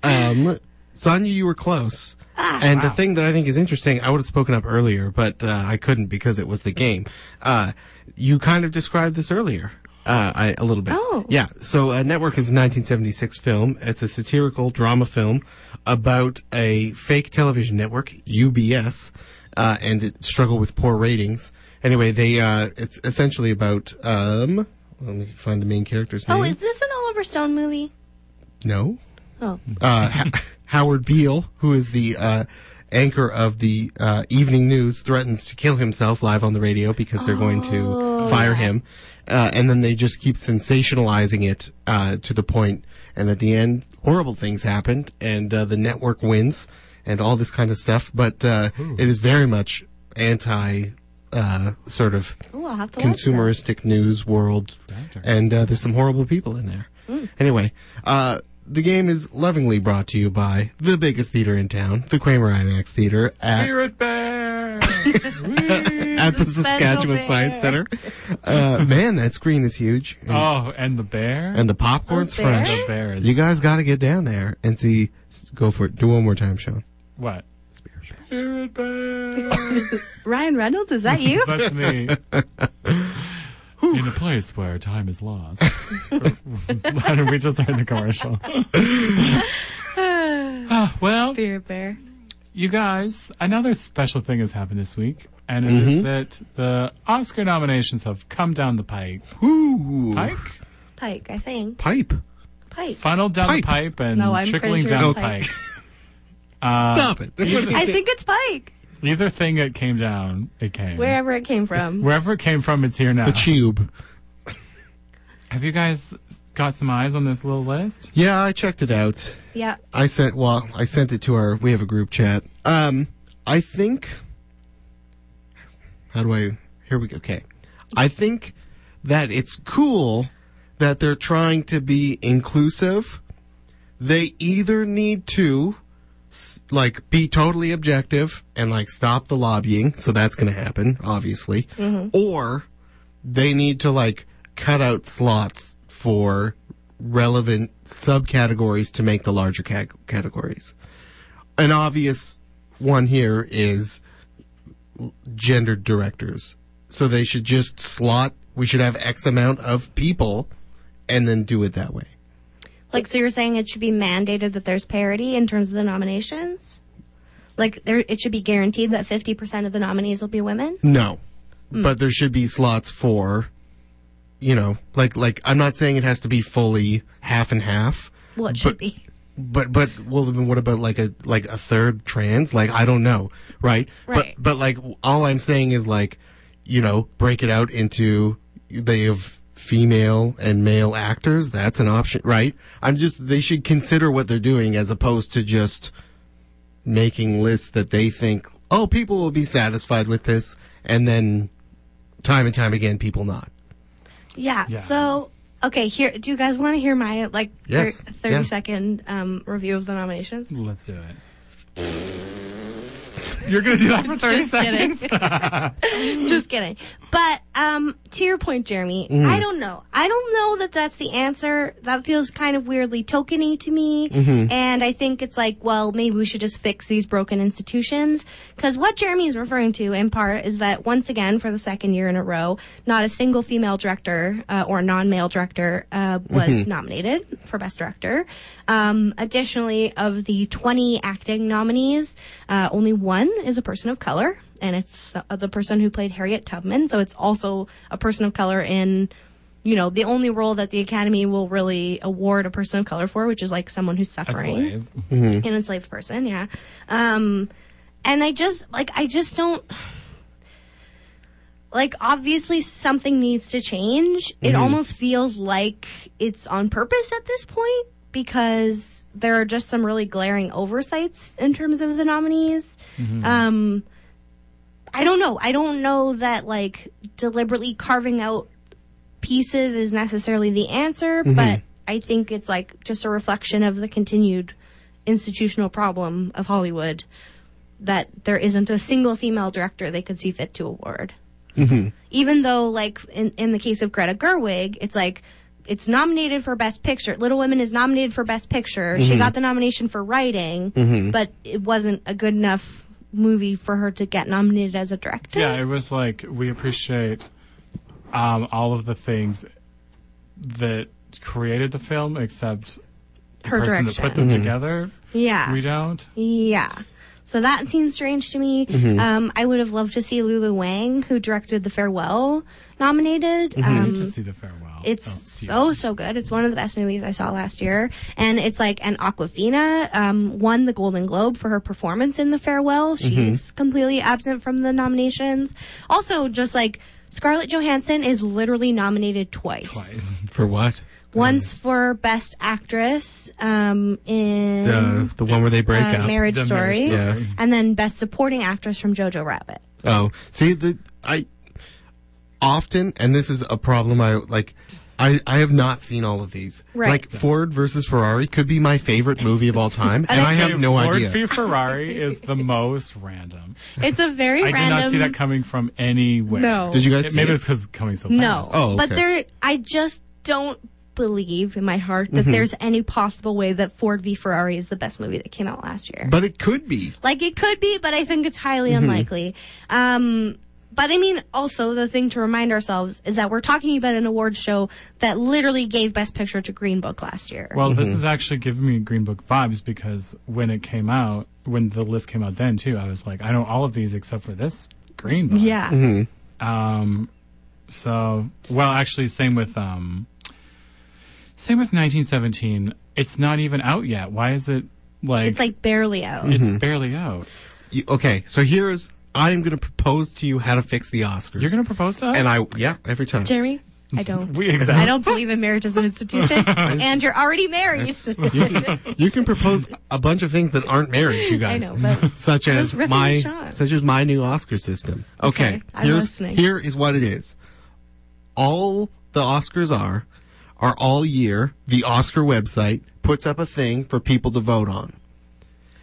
S3: Um, Sonia, you were close.
S5: Ah,
S3: and the thing that I think is interesting, I would have spoken up earlier, but uh, I couldn't because it was the game. Uh, you kind of described this earlier. Uh, I, a little bit.
S5: Oh.
S3: Yeah. So, uh, Network is a 1976 film. It's a satirical drama film about a fake television network, UBS, uh, and it struggled with poor ratings. Anyway, they, uh, it's essentially about, um, let me find the main character's name.
S5: Oh, is this an Oliver Stone movie?
S3: no.
S5: Oh,
S3: uh, Ho- Howard Beale, who is the uh, anchor of the uh, evening news, threatens to kill himself live on the radio because they're going to fire him. Uh, and then they just keep sensationalizing it uh, to the point, and at the end, horrible things happened, and uh, the network wins, and all this kind of stuff. But uh, it is very much anti, uh, sort of
S5: Ooh, I'll have to watch that.
S3: consumeristic news world,
S2: Doctor.
S3: and uh, there's some horrible people in there.
S5: Mm.
S3: Anyway, uh, the game is lovingly brought to you by the biggest theater in town, the Kramer IMAX Theater at,
S2: Spirit Bear.
S3: at the
S5: Special
S3: Saskatchewan
S5: Bear.
S3: Science Center. Uh, man, that screen is huge, and,
S2: oh, and the bear.
S3: and the popcorn's
S5: Those bears?
S3: fresh.
S2: The bear is-
S3: You guys got to get down there and see. s- Go for it. Do one more time, Sean.
S2: what? Spirit Bear.
S5: Ryan Reynolds, is that you?
S2: That's me. In a place where time is lost. Why don't we just heard the commercial? Ah, well,
S5: Spirit Bear.
S2: you guys, another special thing has happened this week, and it is that the Oscar nominations have come down the pike.
S3: Ooh,
S2: Pike?
S5: Pike, I think.
S3: pipe.
S5: Pike.
S2: Funneled down
S3: Pipe.
S2: the pipe and
S5: No, I'm
S2: trickling
S5: pretty sure
S2: down
S5: it's
S2: the
S5: pike.
S2: pike. Uh,
S3: Stop it. What
S2: either-
S3: is
S5: I
S3: it?
S5: think it's Pike.
S2: Either thing that came down, it came.
S5: Wherever it came from.
S2: Wherever it came from, it's here now.
S3: the tube.
S2: Have you guys got some eyes on this little list?
S3: Yeah, I checked it out.
S5: Yeah.
S3: I sent well, I sent it to our we have a group chat. Um I think how do I here we go. Okay. I think that it's cool that they're trying to be inclusive they either need to s- like be totally objective and like stop the lobbying, so that's going to happen, obviously, or they need to like cut out slots for relevant subcategories to make the larger ca- categories. An obvious one here is gendered directors. So they should just slot, we should have X amount of people and then do it that way.
S5: Like, so you're saying it should be mandated that there's parity in terms of the nominations? Like, there, it should be guaranteed that 50% of the nominees will be women?
S3: No. But there should be slots for, you know, like, like, I'm not saying it has to be fully half and half.
S5: Well, it
S3: but-
S5: should be.
S3: But, but, well, then what about like a, like a third trans? Like, I don't know. Right?
S5: Right.
S3: But, but like, all I'm saying is like, you know, break it out into, they have female and male actors. That's an option, right? I'm just, they should consider what they're doing as opposed to just, making lists that they think, oh, people will be satisfied with this, and then time and time again, people not.
S5: Yeah.
S2: Yeah.
S5: So, okay, here, do you guys want to hear my, like,
S3: Yes,
S5: thir-
S3: yeah.
S5: 30 second um, review of the nominations?
S2: Let's do it. You're gonna do that for thirty
S5: Just kidding.
S2: seconds.
S5: Just kidding. But um, to your point, Jeremy, I don't know. I don't know that that's the answer. That feels kind of weirdly tokeny to me. And I think it's like, well, maybe we should just fix these broken institutions. Because what Jeremy is referring to in part is that once again, for the second year in a row, not a single female director uh, or non male director uh, was nominated for Best Director. Um, additionally, of the 20 acting nominees, uh, only one is a person of color and it's uh, the person who played Harriet Tubman. So it's also a person of color in, you know, the only role that the Academy will really award a person of color for, which is like someone who's suffering, an enslaved person. Yeah. Um, and I just like I just don't like obviously something needs to change. It almost feels like it's on purpose at this point because there are just some really glaring oversights in terms of the nominees. Um I don't know. I don't know that like deliberately carving out pieces is necessarily the answer, but I think it's like just a reflection of the continued institutional problem of Hollywood that there isn't a single female director they could see fit to award. Even though, like in, in the case of Greta Gerwig, it's like it's nominated for Best Picture. Little Women is nominated for Best Picture. She got the nomination for writing, but it wasn't a good enough movie for her to get nominated as a director.
S2: Yeah, it was like we appreciate um, all of the things that created the film, except the
S5: her
S2: person
S5: direction.
S2: that put them
S3: Mm-hmm.
S2: together.
S5: yeah.
S2: We don't.
S5: Yeah. So that seems strange to me.
S2: Mm-hmm.
S5: Um, I would have loved to see Lulu Wang, who directed The Farewell, nominated.
S2: I
S5: Um,
S2: need to see the farewell.
S5: it's
S2: Mm-hmm. Oh, see
S5: so so good. It's one of the best movies I saw last year, and it's like and Aquafina um, won the Golden Globe for her performance in The Farewell.
S2: Mm-hmm.
S5: She's completely absent from the nominations. Also, just like Scarlett Johansson is literally nominated
S2: twice.
S3: For what?
S5: Once for Best Actress um, in
S3: The the one where they break
S5: uh,
S3: up.
S5: Marriage
S2: The
S5: Story,
S2: Marriage
S3: Story. Yeah.
S5: and then Best Supporting Actress from Jojo Rabbit.
S3: Oh, see the I often, and this is a problem. I like. I, I have not seen all of these.
S5: Right.
S3: Like Ford versus Ferrari could be my favorite movie of all time, and I have no
S2: Ford
S3: idea.
S2: v Ferrari is the most random.
S5: It's a very
S2: I did
S5: random.
S2: not see that coming from anywhere.
S5: No.
S3: Did you guys
S2: It-
S3: see
S2: maybe
S3: it?
S2: it's because it's coming so
S5: no,
S2: fast.
S3: Oh,
S5: but
S3: okay.
S5: there, I just don't believe in my heart
S2: Mm-hmm.
S5: that there's any possible way that Ford v Ferrari is the best movie that came out last year.
S3: But it could be.
S5: Like it could be, but I think it's highly
S2: Mm-hmm.
S5: unlikely. Um, but I mean, also the thing to remind ourselves is that we're talking about an award show that literally gave Best Picture to Green Book last year.
S2: Well,
S3: Mm-hmm.
S2: this is actually giving me Green Book vibes because when it came out, when the list came out then too, I was like, I know all of these except for this Green Book.
S5: yeah,
S2: Um, so well, actually, same with um, same with 1917. It's not even out yet. Why is it like?
S5: it's like barely out.
S2: it's
S3: Mm-hmm.
S2: barely out.
S3: You, okay, so here's I'm going to propose to you how to fix the Oscars.
S2: You're gonna propose to us?
S3: and I yeah every time.
S5: Jeremy, I don't.
S2: we exactly.
S5: I don't believe in marriage as an institution, and you're already married.
S3: you, can, you can propose a bunch of things that aren't marriage, you
S5: I
S3: guys.
S5: know, but
S3: Such as
S5: ripping
S3: my
S5: the shot.
S3: such as my new Oscar system. Okay,
S5: Okay, I'm
S3: here's
S5: listening.
S3: here is what it is. All the Oscars are are all year the Oscar website puts up a thing for people to vote on.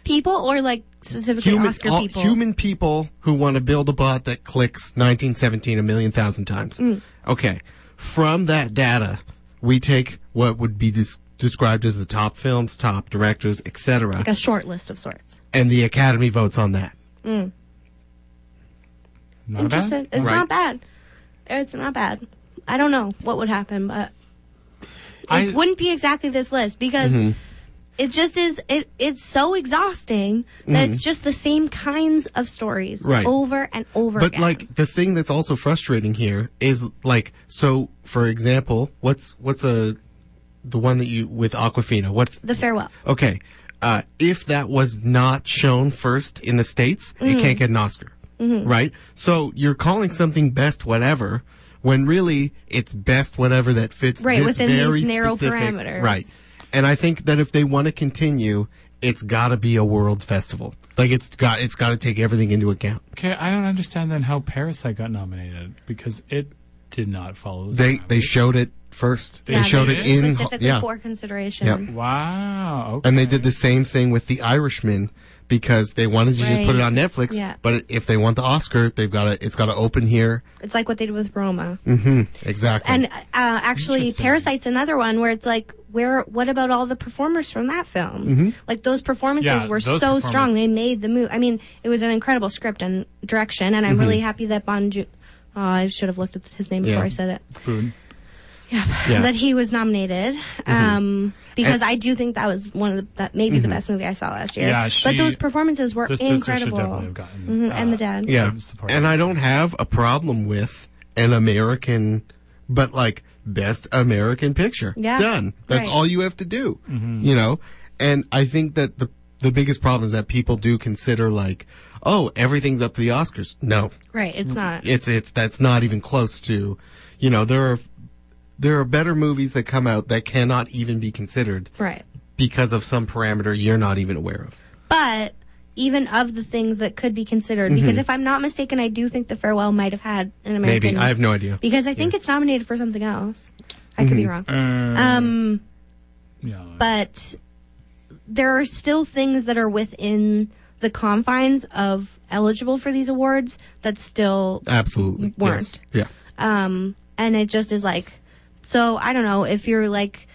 S5: People or like specifically Oscar
S3: all-
S5: people.
S3: human people who want to build a bot that clicks 1917 a million thousand times.
S5: Mm.
S3: Okay. From that data, we take what would be des- described as the top films, top directors, etc.,
S5: like a short list of sorts.
S3: and the Academy votes on that.
S2: Not
S5: Interesting.
S2: bad.
S5: It's
S3: Right.
S5: not bad. It's not bad. I don't know what would happen, but
S2: I-
S5: it wouldn't be exactly this list because
S3: Mm-hmm.
S5: it just is. It it's so exhausting that it's just the same kinds of stories
S3: Mm-hmm. Right.
S5: over and over.
S3: But
S5: again.
S3: like the thing that's also frustrating here is like so for example, what's what's a the one that you with Aquafina, what's
S5: the farewell.
S3: okay. Uh, if that was not shown first in the States,
S5: Mm-hmm.
S3: it can't get an Oscar. Right? So you're calling something best whatever when really it's best whatever that fits
S5: Right,
S3: this
S5: within these
S3: very
S5: narrow
S3: specific-
S5: parameters.
S3: Right. And I think that if they want to continue, it's gotta be a world festival. Like it's got, it's gotta take everything into account.
S2: Okay, I don't understand then how Parasite got nominated because it did not follow. the
S3: They
S2: same.
S3: they showed it first.
S2: Yeah,
S3: they showed
S2: they
S3: it
S2: did.
S3: in
S5: specifically
S3: yeah,
S5: for consideration.
S3: Yep.
S2: Wow. Okay.
S3: and they did the same thing with The Irishman because they wanted to just put it
S5: Right.
S3: on Netflix.
S5: Yeah.
S3: But if they want the Oscar, they've got to it's got to open here.
S5: It's like what they did with Roma.
S3: Exactly.
S5: And uh, actually,
S2: Interesting.
S5: Parasite's another one where it's like, where? What about all the performers from that film?
S3: Mm-hmm.
S5: Like those performances
S2: Yeah,
S5: were
S2: those
S5: so
S2: performers-
S5: strong; they made the movie. I mean, it was an incredible script and direction,
S3: Mm-hmm.
S5: and I'm really happy that Bonju. Oh, I should have looked at his name before
S3: Yeah.
S5: I said it.
S2: Boone.
S3: Yeah. Mm-hmm.
S5: That he was nominated, um, because I do think that was one of the, that maybe
S3: Mm-hmm.
S5: the best movie I saw last year.
S2: Yeah,
S5: but
S2: she-
S5: those performances were
S2: The sister should
S5: incredible,
S2: definitely have gotten.
S5: Mhm,
S2: uh,
S5: and the dad.
S3: yeah.
S2: I'm supportive.
S3: And I don't have a problem with an American, but like best American picture.
S5: Yeah.
S3: Done. That's
S5: Right.
S3: all you have to do. You know, and I think that the the biggest problem is that people do consider like, oh, everything's up to the Oscars. No,
S5: Right? It's not.
S3: it's it's that's not even close to you know there are there are better movies that come out that cannot even be considered
S5: Right.
S3: because of some parameter you're not even aware of
S5: but even of the things that could be considered,
S3: Mm-hmm.
S5: because if I'm not mistaken, I do think the farewell might have had an American.
S3: maybe i have no idea Mm-hmm.
S5: because I think it's nominated for something else. I could be wrong,
S2: Uh,
S5: um,
S2: yeah.
S5: but there are still things that are within the confines of eligible for these awards that still,
S3: absolutely
S5: Weren't.
S3: Yes.
S5: um, and it just is like, so I don't know if you're like.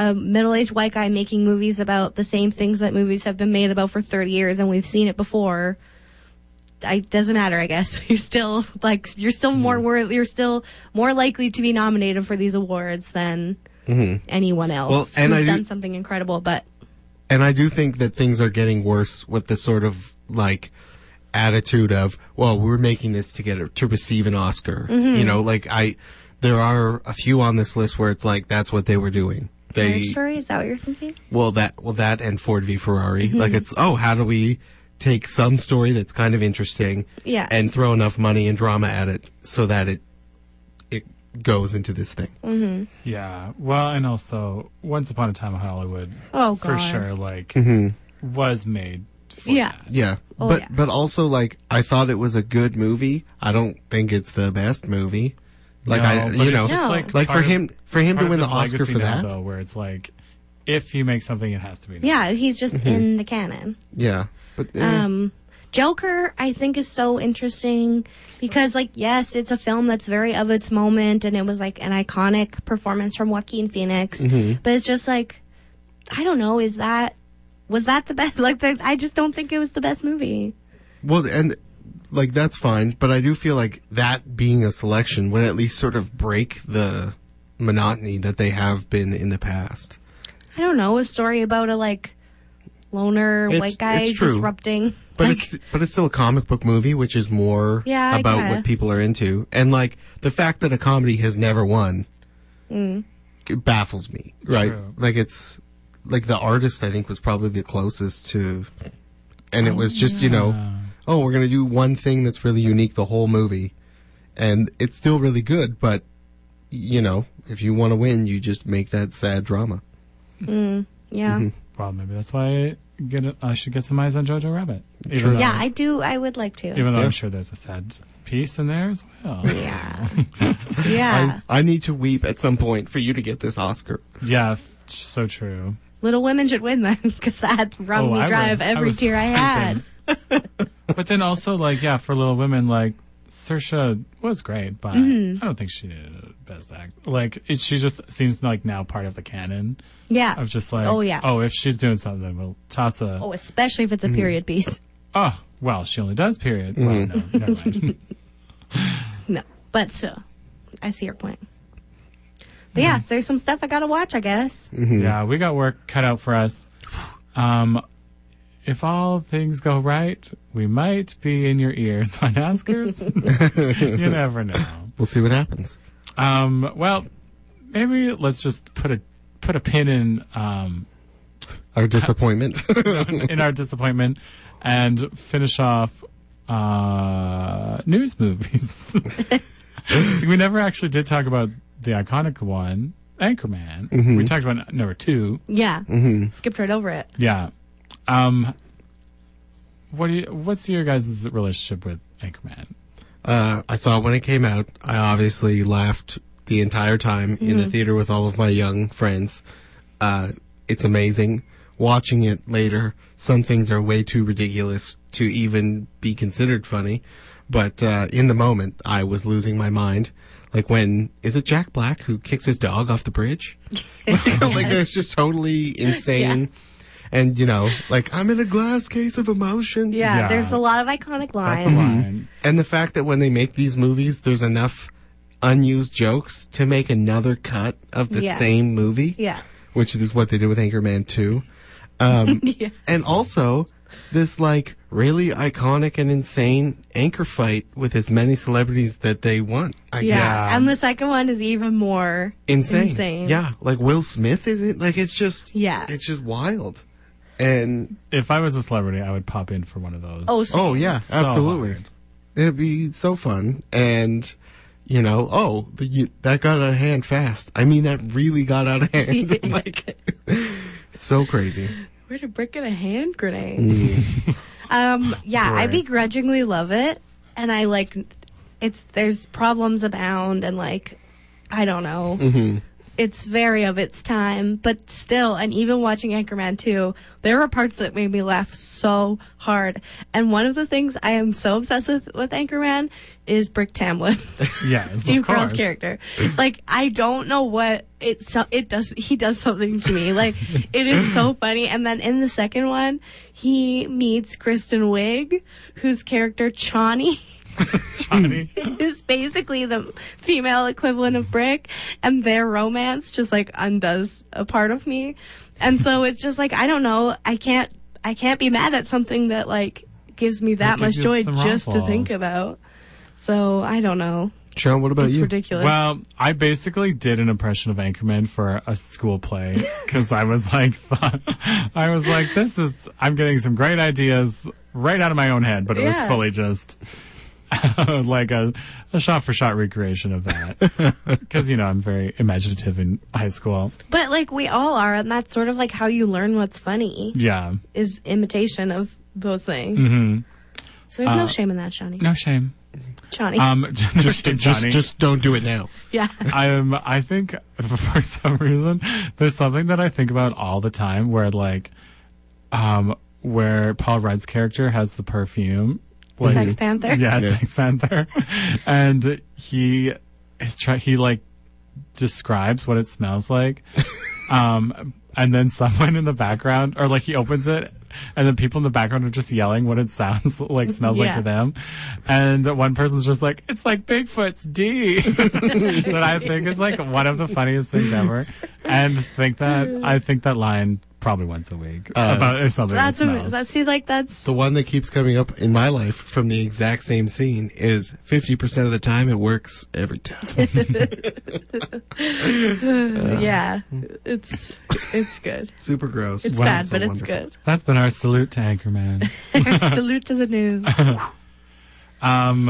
S5: A middle-aged white guy making movies about the same things that movies have been made about for 30 years, and we've seen it before. I doesn't matter, I guess. You're still like you're still
S3: Hmm.
S5: more worth you're still more likely to be nominated for these awards than anyone
S3: Mm-hmm.
S5: else
S3: Well, and I
S5: who's
S3: do-
S5: done something incredible. But
S3: yeah and i do think that things are getting worse with the sort of like attitude of well we're making this to get a, to receive an oscar you know like i there are a few on this list where it's like that's what they were doing they
S5: Marriage Story is that what you're thinking?
S3: Well, that well that and Ford v
S5: Mm-hmm.
S3: Ferrari. Like it's oh, how do we take some story that's kind of interesting,
S5: Yeah.
S3: and throw enough money and drama at it so that it it goes into this thing.
S5: Mm.
S2: Yeah. Well, and also Once Upon a Time in Hollywood.
S5: Oh,
S2: For
S5: God.
S2: sure, like
S3: Mm-hmm.
S2: was made. For
S5: Yeah.
S2: that.
S3: Yeah,
S5: Oh,
S3: but
S5: yeah.
S3: but also like I thought it was a good movie. I don't think it's the best movie. Like
S2: No,
S3: I
S2: but
S3: you
S2: it's
S3: know
S2: just,
S5: No.
S2: like,
S3: like for
S2: part of-
S3: him for him to
S2: part of
S3: win the
S2: his
S3: Oscar
S2: legacy
S3: for
S2: now,
S3: that.
S2: though, where it's like, if you make something, it has to be. now.
S5: Yeah, he's just
S3: Mm-hmm.
S5: in the canon.
S3: Yeah, but eh,
S5: Um, Joker, I think, is so interesting because, like, yes, it's a film that's very of its moment, and it was like an iconic performance from Joaquin Phoenix.
S3: Mm-hmm.
S5: But it's just like, I don't know, is that was that the best? Like, the, I just don't think it was the best movie.
S3: well and like that's fine. But I do feel like that being a selection would at least sort of break the monotony that they have been in the past.
S5: I don't know, a story about a like loner
S3: It's-
S5: white guy
S3: it's true.
S5: disrupting.
S3: But
S5: like,
S3: it's but it's still a comic book movie, which is more
S5: Yeah, I
S3: about
S5: guess.
S3: what people are into, and like the fact that a comedy has never won
S5: Mm.
S3: it baffles me. Right?
S2: True.
S3: Like it's like the artist I think was probably the closest to, and it was just you
S2: Uh,
S3: know, oh we're gonna do one thing that's really unique the whole movie, and it's still really good, but you know if you want to win, you just make that sad drama.
S5: yeah.
S3: mm-hmm.
S2: Well, maybe that's why I get a, I should get some eyes on Jojo Rabbit. Even
S3: True.
S2: though-
S5: Yeah, I do. I would like to.
S2: Even though
S3: Yeah.
S2: I'm sure there's a sad piece in there as well.
S5: Yeah. yeah.
S3: I, I need to weep at some point for you to get this Oscar.
S2: yeah. f- So true.
S5: Little Women should win then, because that wrung
S2: Oh,
S5: me
S2: I
S5: dry
S2: was-
S5: of
S2: I
S5: every
S2: was
S5: tear I had.
S2: But then also, like, yeah, for Little Women, like, Saoirse was great, but
S5: Mm-hmm.
S2: I don't think she did best act. Like, it, she just seems like now part of the canon
S5: Yeah.
S2: of just like,
S5: Oh, yeah.
S2: oh, if she's doing something, well, Tata, oh,
S5: Oh, especially if it's
S3: Mm-hmm.
S5: a period piece.
S2: well, she only does period. Well, no, never mind.
S5: No, but still, I see your point. But yeah, there's some stuff I gotta watch, I guess.
S2: yeah, we got work cut out for us. Um, if all things go right, we might be in your ears on Oscars. you never know.
S3: We'll see what happens.
S2: Um, well, maybe let's just put a put a pin in um,
S3: Our disappointment.
S2: in our disappointment and finish off uh, news movies. So we never actually did talk about the iconic one, Anchorman. We talked about number two.
S5: Yeah. Skipped right over it.
S2: Yeah. Um, what do you, what's your guys' relationship with Anchorman?
S3: Uh, I saw it when it came out. I obviously laughed the entire time in the theater with all of my young friends. Uh, it's amazing. Watching it later, some things are way too ridiculous to even be considered funny. But uh, in the moment, I was losing my mind. Like when is it Jack Black who kicks his dog off the bridge? like it's just totally insane. And you know, like I'm in a glass case of emotion.
S5: Yeah,
S2: Yeah.
S5: there's a lot of iconic
S2: That's
S5: lines.
S2: the line.
S3: And the fact that when they make these movies, there's enough unused jokes to make another cut of the
S5: Yeah.
S3: same movie.
S5: Yeah.
S3: Which is what they did with Anchorman 2. Um, And also, this like really iconic and insane anchor fight with as many celebrities that they want. I
S5: Yeah.
S3: guess.
S2: Yeah.
S5: And the second one is even more
S3: Insane.
S5: Insane.
S3: Yeah. Like Will Smith is it? Like it's just,
S5: Yeah.
S3: it's just wild. And
S2: If I was a celebrity, I would pop in for one of those.
S5: Oh, so
S3: Oh yeah, absolutely.
S2: hard.
S3: It'd be so fun, and you know, oh, the, you, that got out of hand fast. I mean, that really got out of hand. like, so crazy.
S5: where did Brick get a hand grenade? um, yeah, I
S2: Brick.
S5: begrudgingly love it, and I like it's. There's problems abound, and like I don't know. It's very of its time, but still, and even watching Anchorman 2, there were parts that made me laugh so hard. And one of the things I am so obsessed with with Anchorman is Brick Tamlin.
S2: yes,
S5: Steve
S2: of course.
S5: Carell's character. Like I don't know what it so, it does. He does something to me. Like it is so funny. And then in the second one, he meets Kristen Wiig, whose character Chani
S2: Johnny.
S5: is basically the female equivalent of Brick, and their romance just like undoes a part of me. And so it's just like I don't know. I can't. I can't be mad at something that like gives me
S2: That
S5: that much
S2: gives you
S5: joy
S2: some
S5: just to
S2: ruffles.
S5: think about. So I don't know.
S3: Sean, what about
S5: It's
S3: you?
S5: ridiculous.
S2: Well, I basically did an impression of Anchorman for a school play because I was like, thought, I was like, this is, I'm getting some great ideas right out of my own head, but it was
S5: Yeah.
S2: fully just like a, a shot for shot recreation of that. Because, you know, I'm very imaginative in high school.
S5: But like we all are, and that's sort of like how you learn what's funny
S2: Yeah.
S5: is imitation of those things. So there's no shame in that, Shawnee.
S2: Mm-hmm. Uh, No shame.
S5: Johnny.
S2: Um, just,
S3: Just,
S2: Johnny.
S3: just don't do it now.
S5: yeah.
S2: I'm, I think for some reason, there's something that I think about all the time where like, um, where Paul Rudd's character has the perfume. Like,
S5: Sex Panther.
S2: Yeah, Sex Panther. And he is try, he like describes what it smells like. um, and then someone in the background, or like he opens it, and then people in the background are just yelling what it sounds like, smells like to
S5: Yeah.
S2: them. And one person's just like, it's like Bigfoot's D. that I think is like one of the funniest things ever. And think that, I think that line probably once a week about if something
S5: That's
S2: that smells.
S5: a, that's see like that's
S3: The one that keeps coming up in my life from the exact same scene is 50% of the time it works every time.
S5: uh, yeah. It's it's good.
S3: Super gross.
S5: It's
S2: Wow,
S5: bad,
S3: so
S5: but it's
S3: wonderful.
S2: That's been our salute to Anchorman.
S5: good. Salute to the news.
S2: Um,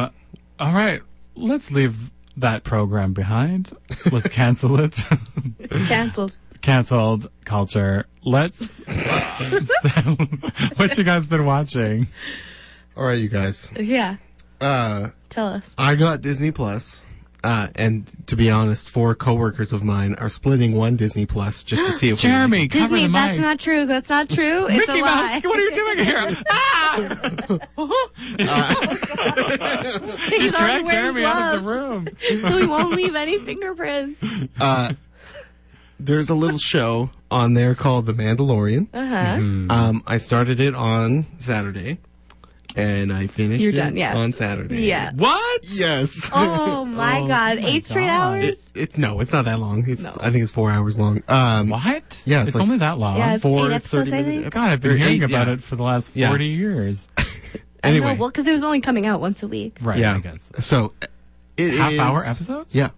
S2: all right, let's leave that program behind. Let's cancel it.
S5: Cancelled.
S2: Cancelled culture. Let's. so, what you guys been watching?
S3: All right, you guys.
S5: Yeah.
S3: Uh,
S5: Tell us.
S3: I got Disney Plus. Uh, and to be honest, four coworkers of mine are splitting one Disney Plus just to see if we like it.
S2: Jeremy, cover
S5: Disney,
S2: the
S5: that's
S2: mic.
S5: not true. That's not true. It's
S2: Mickey
S5: a
S2: Mouse,
S5: lie.
S2: what are you doing here? ah! you
S5: He's already
S2: dragged
S5: wearing
S2: Jeremy out of the
S5: gloves,
S2: room.
S5: so he won't leave any fingerprints.
S3: Uh, there's a little show on there called The Mandalorian.
S5: Uh huh.
S2: Hmm.
S3: Um, I started it on Saturday, and I finished
S5: You're
S3: it
S5: done, yeah.
S3: on Saturday.
S5: Yeah.
S2: What?
S3: Yes.
S5: Oh my God! Eight straight hours.
S3: It, it, no, it's not that long. It's
S5: No.
S3: I think it's four hours long. Um,
S2: What?
S3: Yeah, it's
S2: it's
S3: like-
S2: only that long.
S5: Yeah, it's
S3: four
S5: eight episodes,
S3: 30
S5: I think.
S3: minute
S2: God, I've been
S3: Or
S2: hearing
S3: eight,
S2: about
S3: yeah.
S2: it for the last
S3: Yeah.
S2: 40 years.
S3: anyway,
S5: No, well, because it was only coming out once a week.
S2: Right,
S3: yeah.
S2: I guess.
S3: So, uh, it
S2: Half
S3: is-
S2: hour episodes?
S3: Yeah,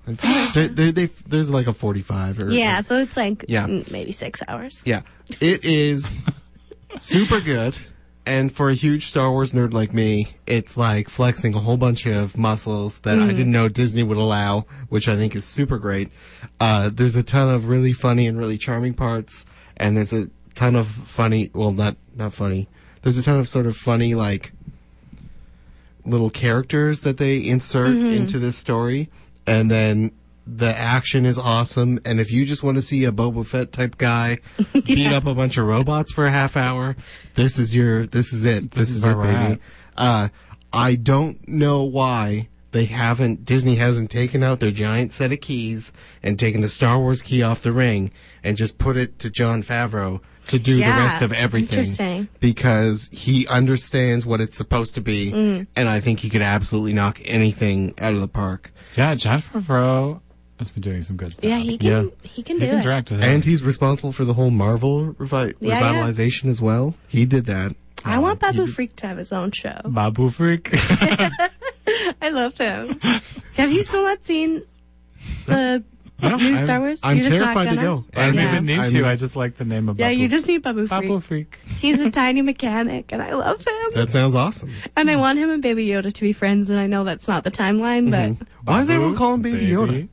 S3: they, they, they, there's like a forty-five or
S5: Yeah, so it's like
S3: Yeah.
S5: mm, maybe six hours.
S3: Yeah. It is super good. And for a huge Star Wars nerd like me, it's like flexing a whole bunch of muscles that I didn't know Disney would allow, which I think is super great. Uh, there's a ton of really funny and really charming parts, and there's a ton of funny, well, not, not funny. There's a ton of sort of funny, like, little characters that they insert into this story, and then the action is awesome. And if you just want to see a Boba Fett type guy beat up a bunch of robots for a half hour, this is your this is it. This,
S2: is
S3: is,
S2: where
S3: it,
S2: we're at.
S3: baby. Uh, I don't know why they haven't Disney hasn't taken out their giant set of keys and taken the Star Wars key off the ring and just put it to John Favreau to do
S5: Yeah,
S3: the rest of everything
S5: interesting.
S3: because he understands what it's supposed to be,
S5: Mm.
S3: and I think he could absolutely knock anything out of the park.
S2: Yeah, John Favreau has been doing some good stuff.
S5: Yeah, he can. He can
S2: He
S5: do
S2: can
S5: it.
S2: direct it.
S3: And he's responsible for the whole Marvel revi-
S5: Yeah, yeah.
S3: revitalization as well. He did that.
S5: I want Babu Freak to have his own show.
S2: Babu Freak.
S5: I love him. have you still not seen the new
S3: I'm,
S5: Star Wars?
S3: I'm
S5: You're just not
S3: terrified to
S5: gonna?
S3: go.
S2: I don't
S5: Yeah.
S2: even need
S3: I'm-
S2: to. I just like the name of
S5: Yeah,
S2: Babu.
S5: you just need Babu Freak.
S2: Babu Freak.
S5: He's a tiny mechanic, and I love him.
S3: That sounds awesome.
S5: and I want him and Baby Yoda to be friends. And I know that's not the timeline, but
S3: Why does
S2: Babu,
S3: everyone call him Baby, Yoda?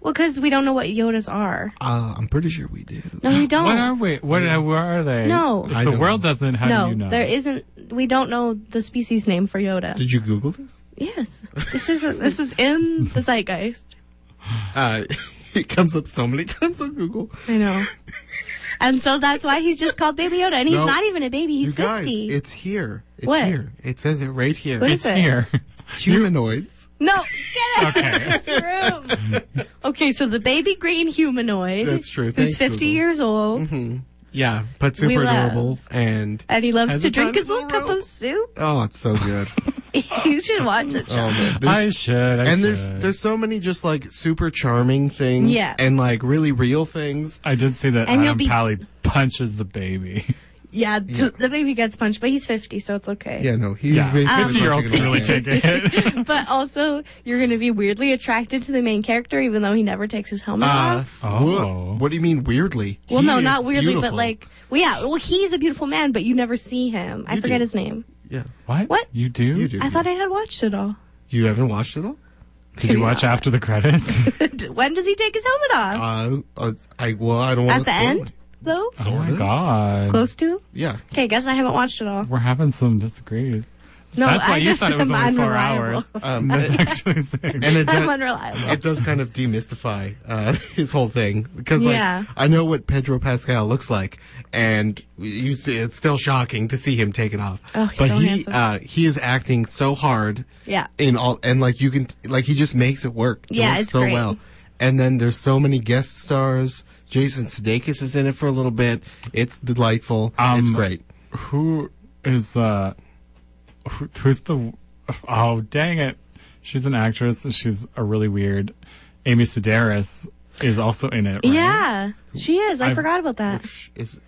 S5: well, because we don't know what Yodas are.
S3: Uh, I'm pretty sure we do.
S5: No, you don't.
S2: What are we? What are, where are they?
S5: No.
S2: If
S3: I
S2: the
S3: don't
S2: world doesn't, how
S5: no,
S2: do you know?
S5: there isn't. We don't know the species name for Yoda.
S3: Did you Google this?
S5: Yes, this is this is in the zeitgeist.
S3: Uh, it comes up so many times on Google.
S5: I know, and so that's why he's just called Baby Yoda, and he's
S3: No.
S5: not even a baby. He's
S3: you guys,
S5: fifty.
S3: it's here. It's
S5: What?
S3: here. It says it right here.
S5: What
S2: it's
S5: is it?
S2: here.
S3: humanoids.
S5: No, get out of this room. Okay, so the baby green humanoid.
S3: That's true.
S5: Who's
S3: Thanks,
S5: fifty
S3: Google. Mm-hmm.
S5: years old,
S3: Yeah, but
S5: We
S3: super
S5: laugh.
S3: adorable and
S5: and he loves
S3: Has
S5: to
S3: a
S5: drink his
S3: tiny
S5: little
S3: little
S5: cup of
S3: rope.
S5: soup.
S3: oh, it's so good.
S5: you should watch it.
S3: oh
S5: Sean.
S3: man, There's-
S2: I should. I
S3: and
S2: should.
S3: there's there's so many just like super charming things,
S5: Yeah.
S3: and like really real things.
S2: I did see that
S5: And you'll
S2: Adam
S5: be-
S2: Pally punches the baby.
S5: Yeah, t- the baby gets punched, but he's fifty, so it's okay.
S3: Yeah, no, he's
S2: Yeah,
S3: basically
S5: Um,
S2: fifty year olds can
S3: punching it
S2: really
S3: in
S2: take it.
S5: But also, you're going to be weirdly attracted to the main character, even though he never takes his helmet
S3: Uh,
S5: off.
S2: Oh.
S3: what, what do you mean weirdly?
S5: Well,
S3: He
S5: no,
S3: is
S5: not weirdly, but
S3: beautiful.
S5: like, well, yeah, well, he's a beautiful man, but you never see him. I
S3: You
S5: forget
S3: do.
S5: his name.
S3: yeah,
S2: what?
S5: What?
S2: You do?
S3: you do.
S5: I thought I had watched it all.
S3: you haven't watched it all.
S2: Did you watch after the credits?
S5: when does he take his helmet off?
S3: Uh, uh, I well, I don't want
S5: At the end, though?
S2: oh my
S3: Sorta.
S2: god.
S5: Close to?
S3: Yeah,
S5: Okay, guess I haven't watched it all.
S2: We're having some disagrees.
S5: No,
S2: That's why
S5: I
S2: you
S5: just
S2: thought it was
S5: am
S2: only four
S5: unreliable.
S2: hours.
S3: um,
S2: That's actually saying.
S3: and it does,
S5: I'm unreliable.
S3: it does kind of demystify uh, his whole thing because like
S5: Yeah.
S3: I know what Pedro Pascal looks like, and you see it's still shocking to see him take it off.
S5: Oh, he's
S3: but
S5: so
S3: he
S5: handsome.
S3: uh, he is acting so hard.
S5: Yeah.
S3: In all and like you can like he just makes it work. It
S5: Yeah,
S3: works
S5: it's
S3: so
S5: great.
S3: well. And then there's so many guest stars. Jason Sudeikis is in it for a little bit. It's delightful. it's
S2: Um,
S3: great.
S2: Who is uh who, who's the oh dang it. She's an actress and she's a really weird Amy Sedaris is also in it, right?
S5: Yeah, she is. I
S2: I've-
S5: forgot about that.
S3: Is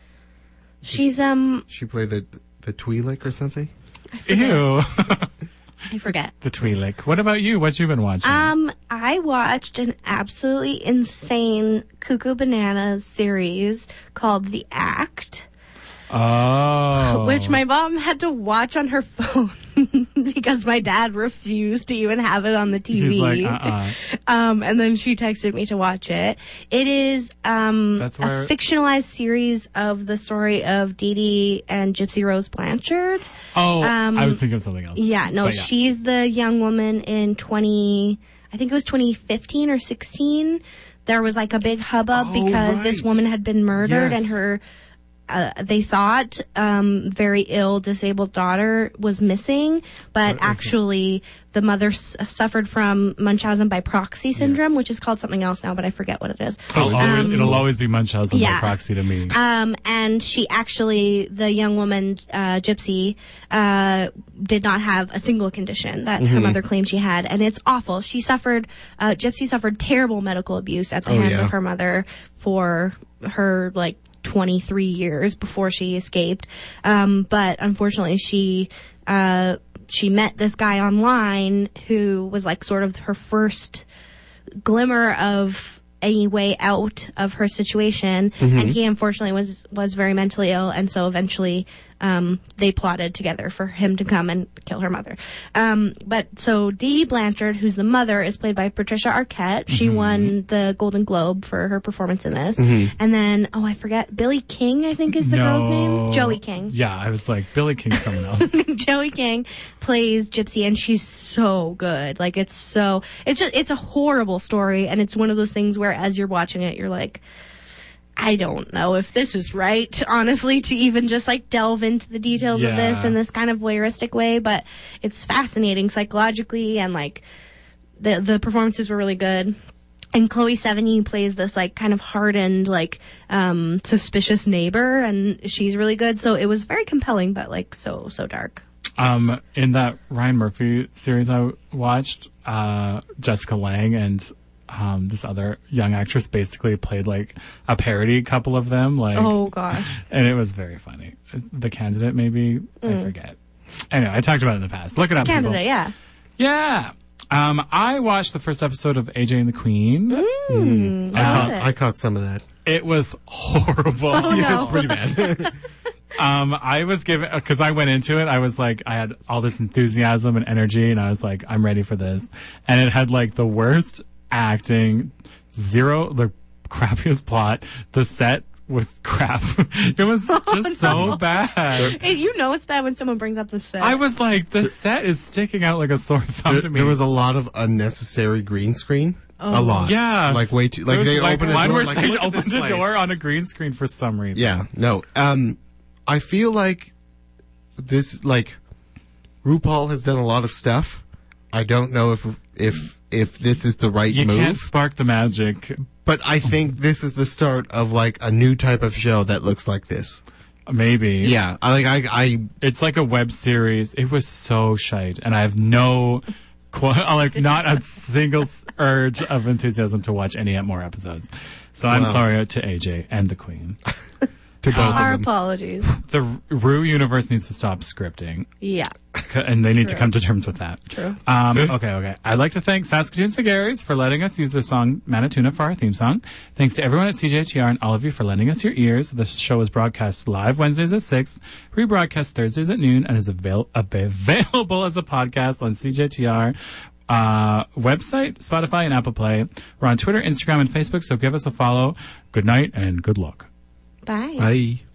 S5: She's, um,
S3: she played the the Twi'lek or something?
S2: Ew.
S5: I forget.
S2: the Twi'lek. What about you? What you been watching?
S5: Um, I watched an absolutely insane Cuckoo Bananas series called The Act,
S2: oh.
S5: which my mom had to watch on her phone because my dad refused to even have it on the TV.
S2: He's like, uh-uh.
S5: Um, and then she texted me to watch it. It is um
S2: That's
S5: a
S2: where-
S5: fictionalized series of the story of Dee Dee and Gypsy Rose Blanchard.
S2: Oh,
S5: Um,
S2: I was thinking of something else.
S5: Yeah, no,
S2: But yeah.
S5: she's the young woman in 20, I think it was 2015 or 16. There was like a big hubbub
S3: Oh,
S5: because this
S3: right.
S5: woman had been murdered
S3: Yes.
S5: and her, uh, they thought, um, very ill disabled daughter was missing, but actually the mother s- suffered from Munchausen by proxy syndrome, which is called something else now, but I forget what it is.
S2: It'll, always,
S5: Um,
S2: it'll always be Munchausen by
S5: yeah.
S2: proxy to me.
S5: Um, and she actually, the young woman, uh, Gypsy, uh, did not have a single condition that her mother claimed she had. And it's awful. She suffered, uh, Gypsy suffered terrible medical abuse at the hands
S3: yeah.
S5: of her mother for her, like, 23 years before she escaped. Um, but unfortunately, she, uh, she met this guy online who was like sort of her first, glimmer of any way out of her situation and he unfortunately was was very mentally ill and so eventually um, they plotted together for him to come and kill her mother um, but so dee blanchard who's the mother is played by patricia arquette she won the golden globe for her performance in this and then oh i forget billy king i think is the girl's name
S2: No.
S5: joey king
S2: Yeah, I was like, Billy King's someone else.
S5: Joey King plays Gypsy, and she's so good. Like it's so it's just it's a horrible story, and it's one of those things where as you're watching it, you're like, I don't know if this is right, honestly, to even just like delve into the details of this
S2: Yeah.
S5: in this kind of voyeuristic way. But it's fascinating psychologically, and like the the performances were really good. And Chloe Sevigny plays this like kind of hardened, like um, suspicious neighbor, and she's really good. So it was very compelling, but like so so dark.
S2: Um, in that Ryan Murphy series I watched, uh, Jessica Lang and um, this other young actress basically played like a parody couple of them, like,
S5: Oh gosh.
S2: and it was very funny. The candidate, maybe I forget. Anyway, I talked about it in the past. Look it up, people.
S5: Mm. Canada, yeah.
S2: Yeah. Um, I watched the first episode of AJ and the Queen.
S5: Mm.
S3: I, caught, I caught some of that.
S2: It was horrible.
S5: no.
S3: It's pretty bad.
S2: Um, I was given because I went into it. I was like, I had all this enthusiasm and energy, and I was like, I'm ready for this. And it had like the worst acting, zero the crappiest plot. The set was crap. it was just so bad.
S5: Hey, you know it's bad when someone brings up the set.
S2: I was like, the set is sticking out like a sore thumb
S3: there,
S2: to me. Oh.
S3: there was a lot of unnecessary green screen. a lot.
S2: yeah,
S3: Like way too.
S2: There
S3: Like
S2: was,
S3: they opened a
S2: one
S3: door.
S2: where
S3: Like,
S2: they
S3: "Look at
S2: opened
S3: this
S2: a
S3: place."
S2: door on a green screen for some reason.
S3: Yeah. No. Um, I feel like this like RuPaul has done a lot of stuff. I don't know if if if this is the right
S2: you
S3: move.
S2: can't spark the magic.
S3: But I think this is the start of like a new type of show that looks like this.
S2: Maybe.
S3: Yeah, I like I I
S2: it's like a web series. It was so shite, and I have no, qu- like, not a single s- urge of enthusiasm to watch any more episodes. So I'm
S3: Wow.
S2: sorry to AJ and the Queen.
S3: to both of
S5: Our
S3: them.
S5: apologies.
S2: The R- Rue universe needs to stop scripting,
S5: yeah.
S2: c- and they need to come to terms with that.
S5: True.
S2: Um, okay, okay. I'd like to thank Saskatoon Sagaris for letting us use their song Manitouna for our theme song. Thanks to everyone at CJTR E and all of you for lending us your ears. The show is broadcast live Wednesdays at 6, rebroadcast Thursdays at noon, and is avail- ab- available as a podcast on CJTR. E Uh, website, Spotify, and Apple Play. We're on Twitter, Instagram, and Facebook, so give us a follow. Good night and good luck.
S5: Bye.
S3: I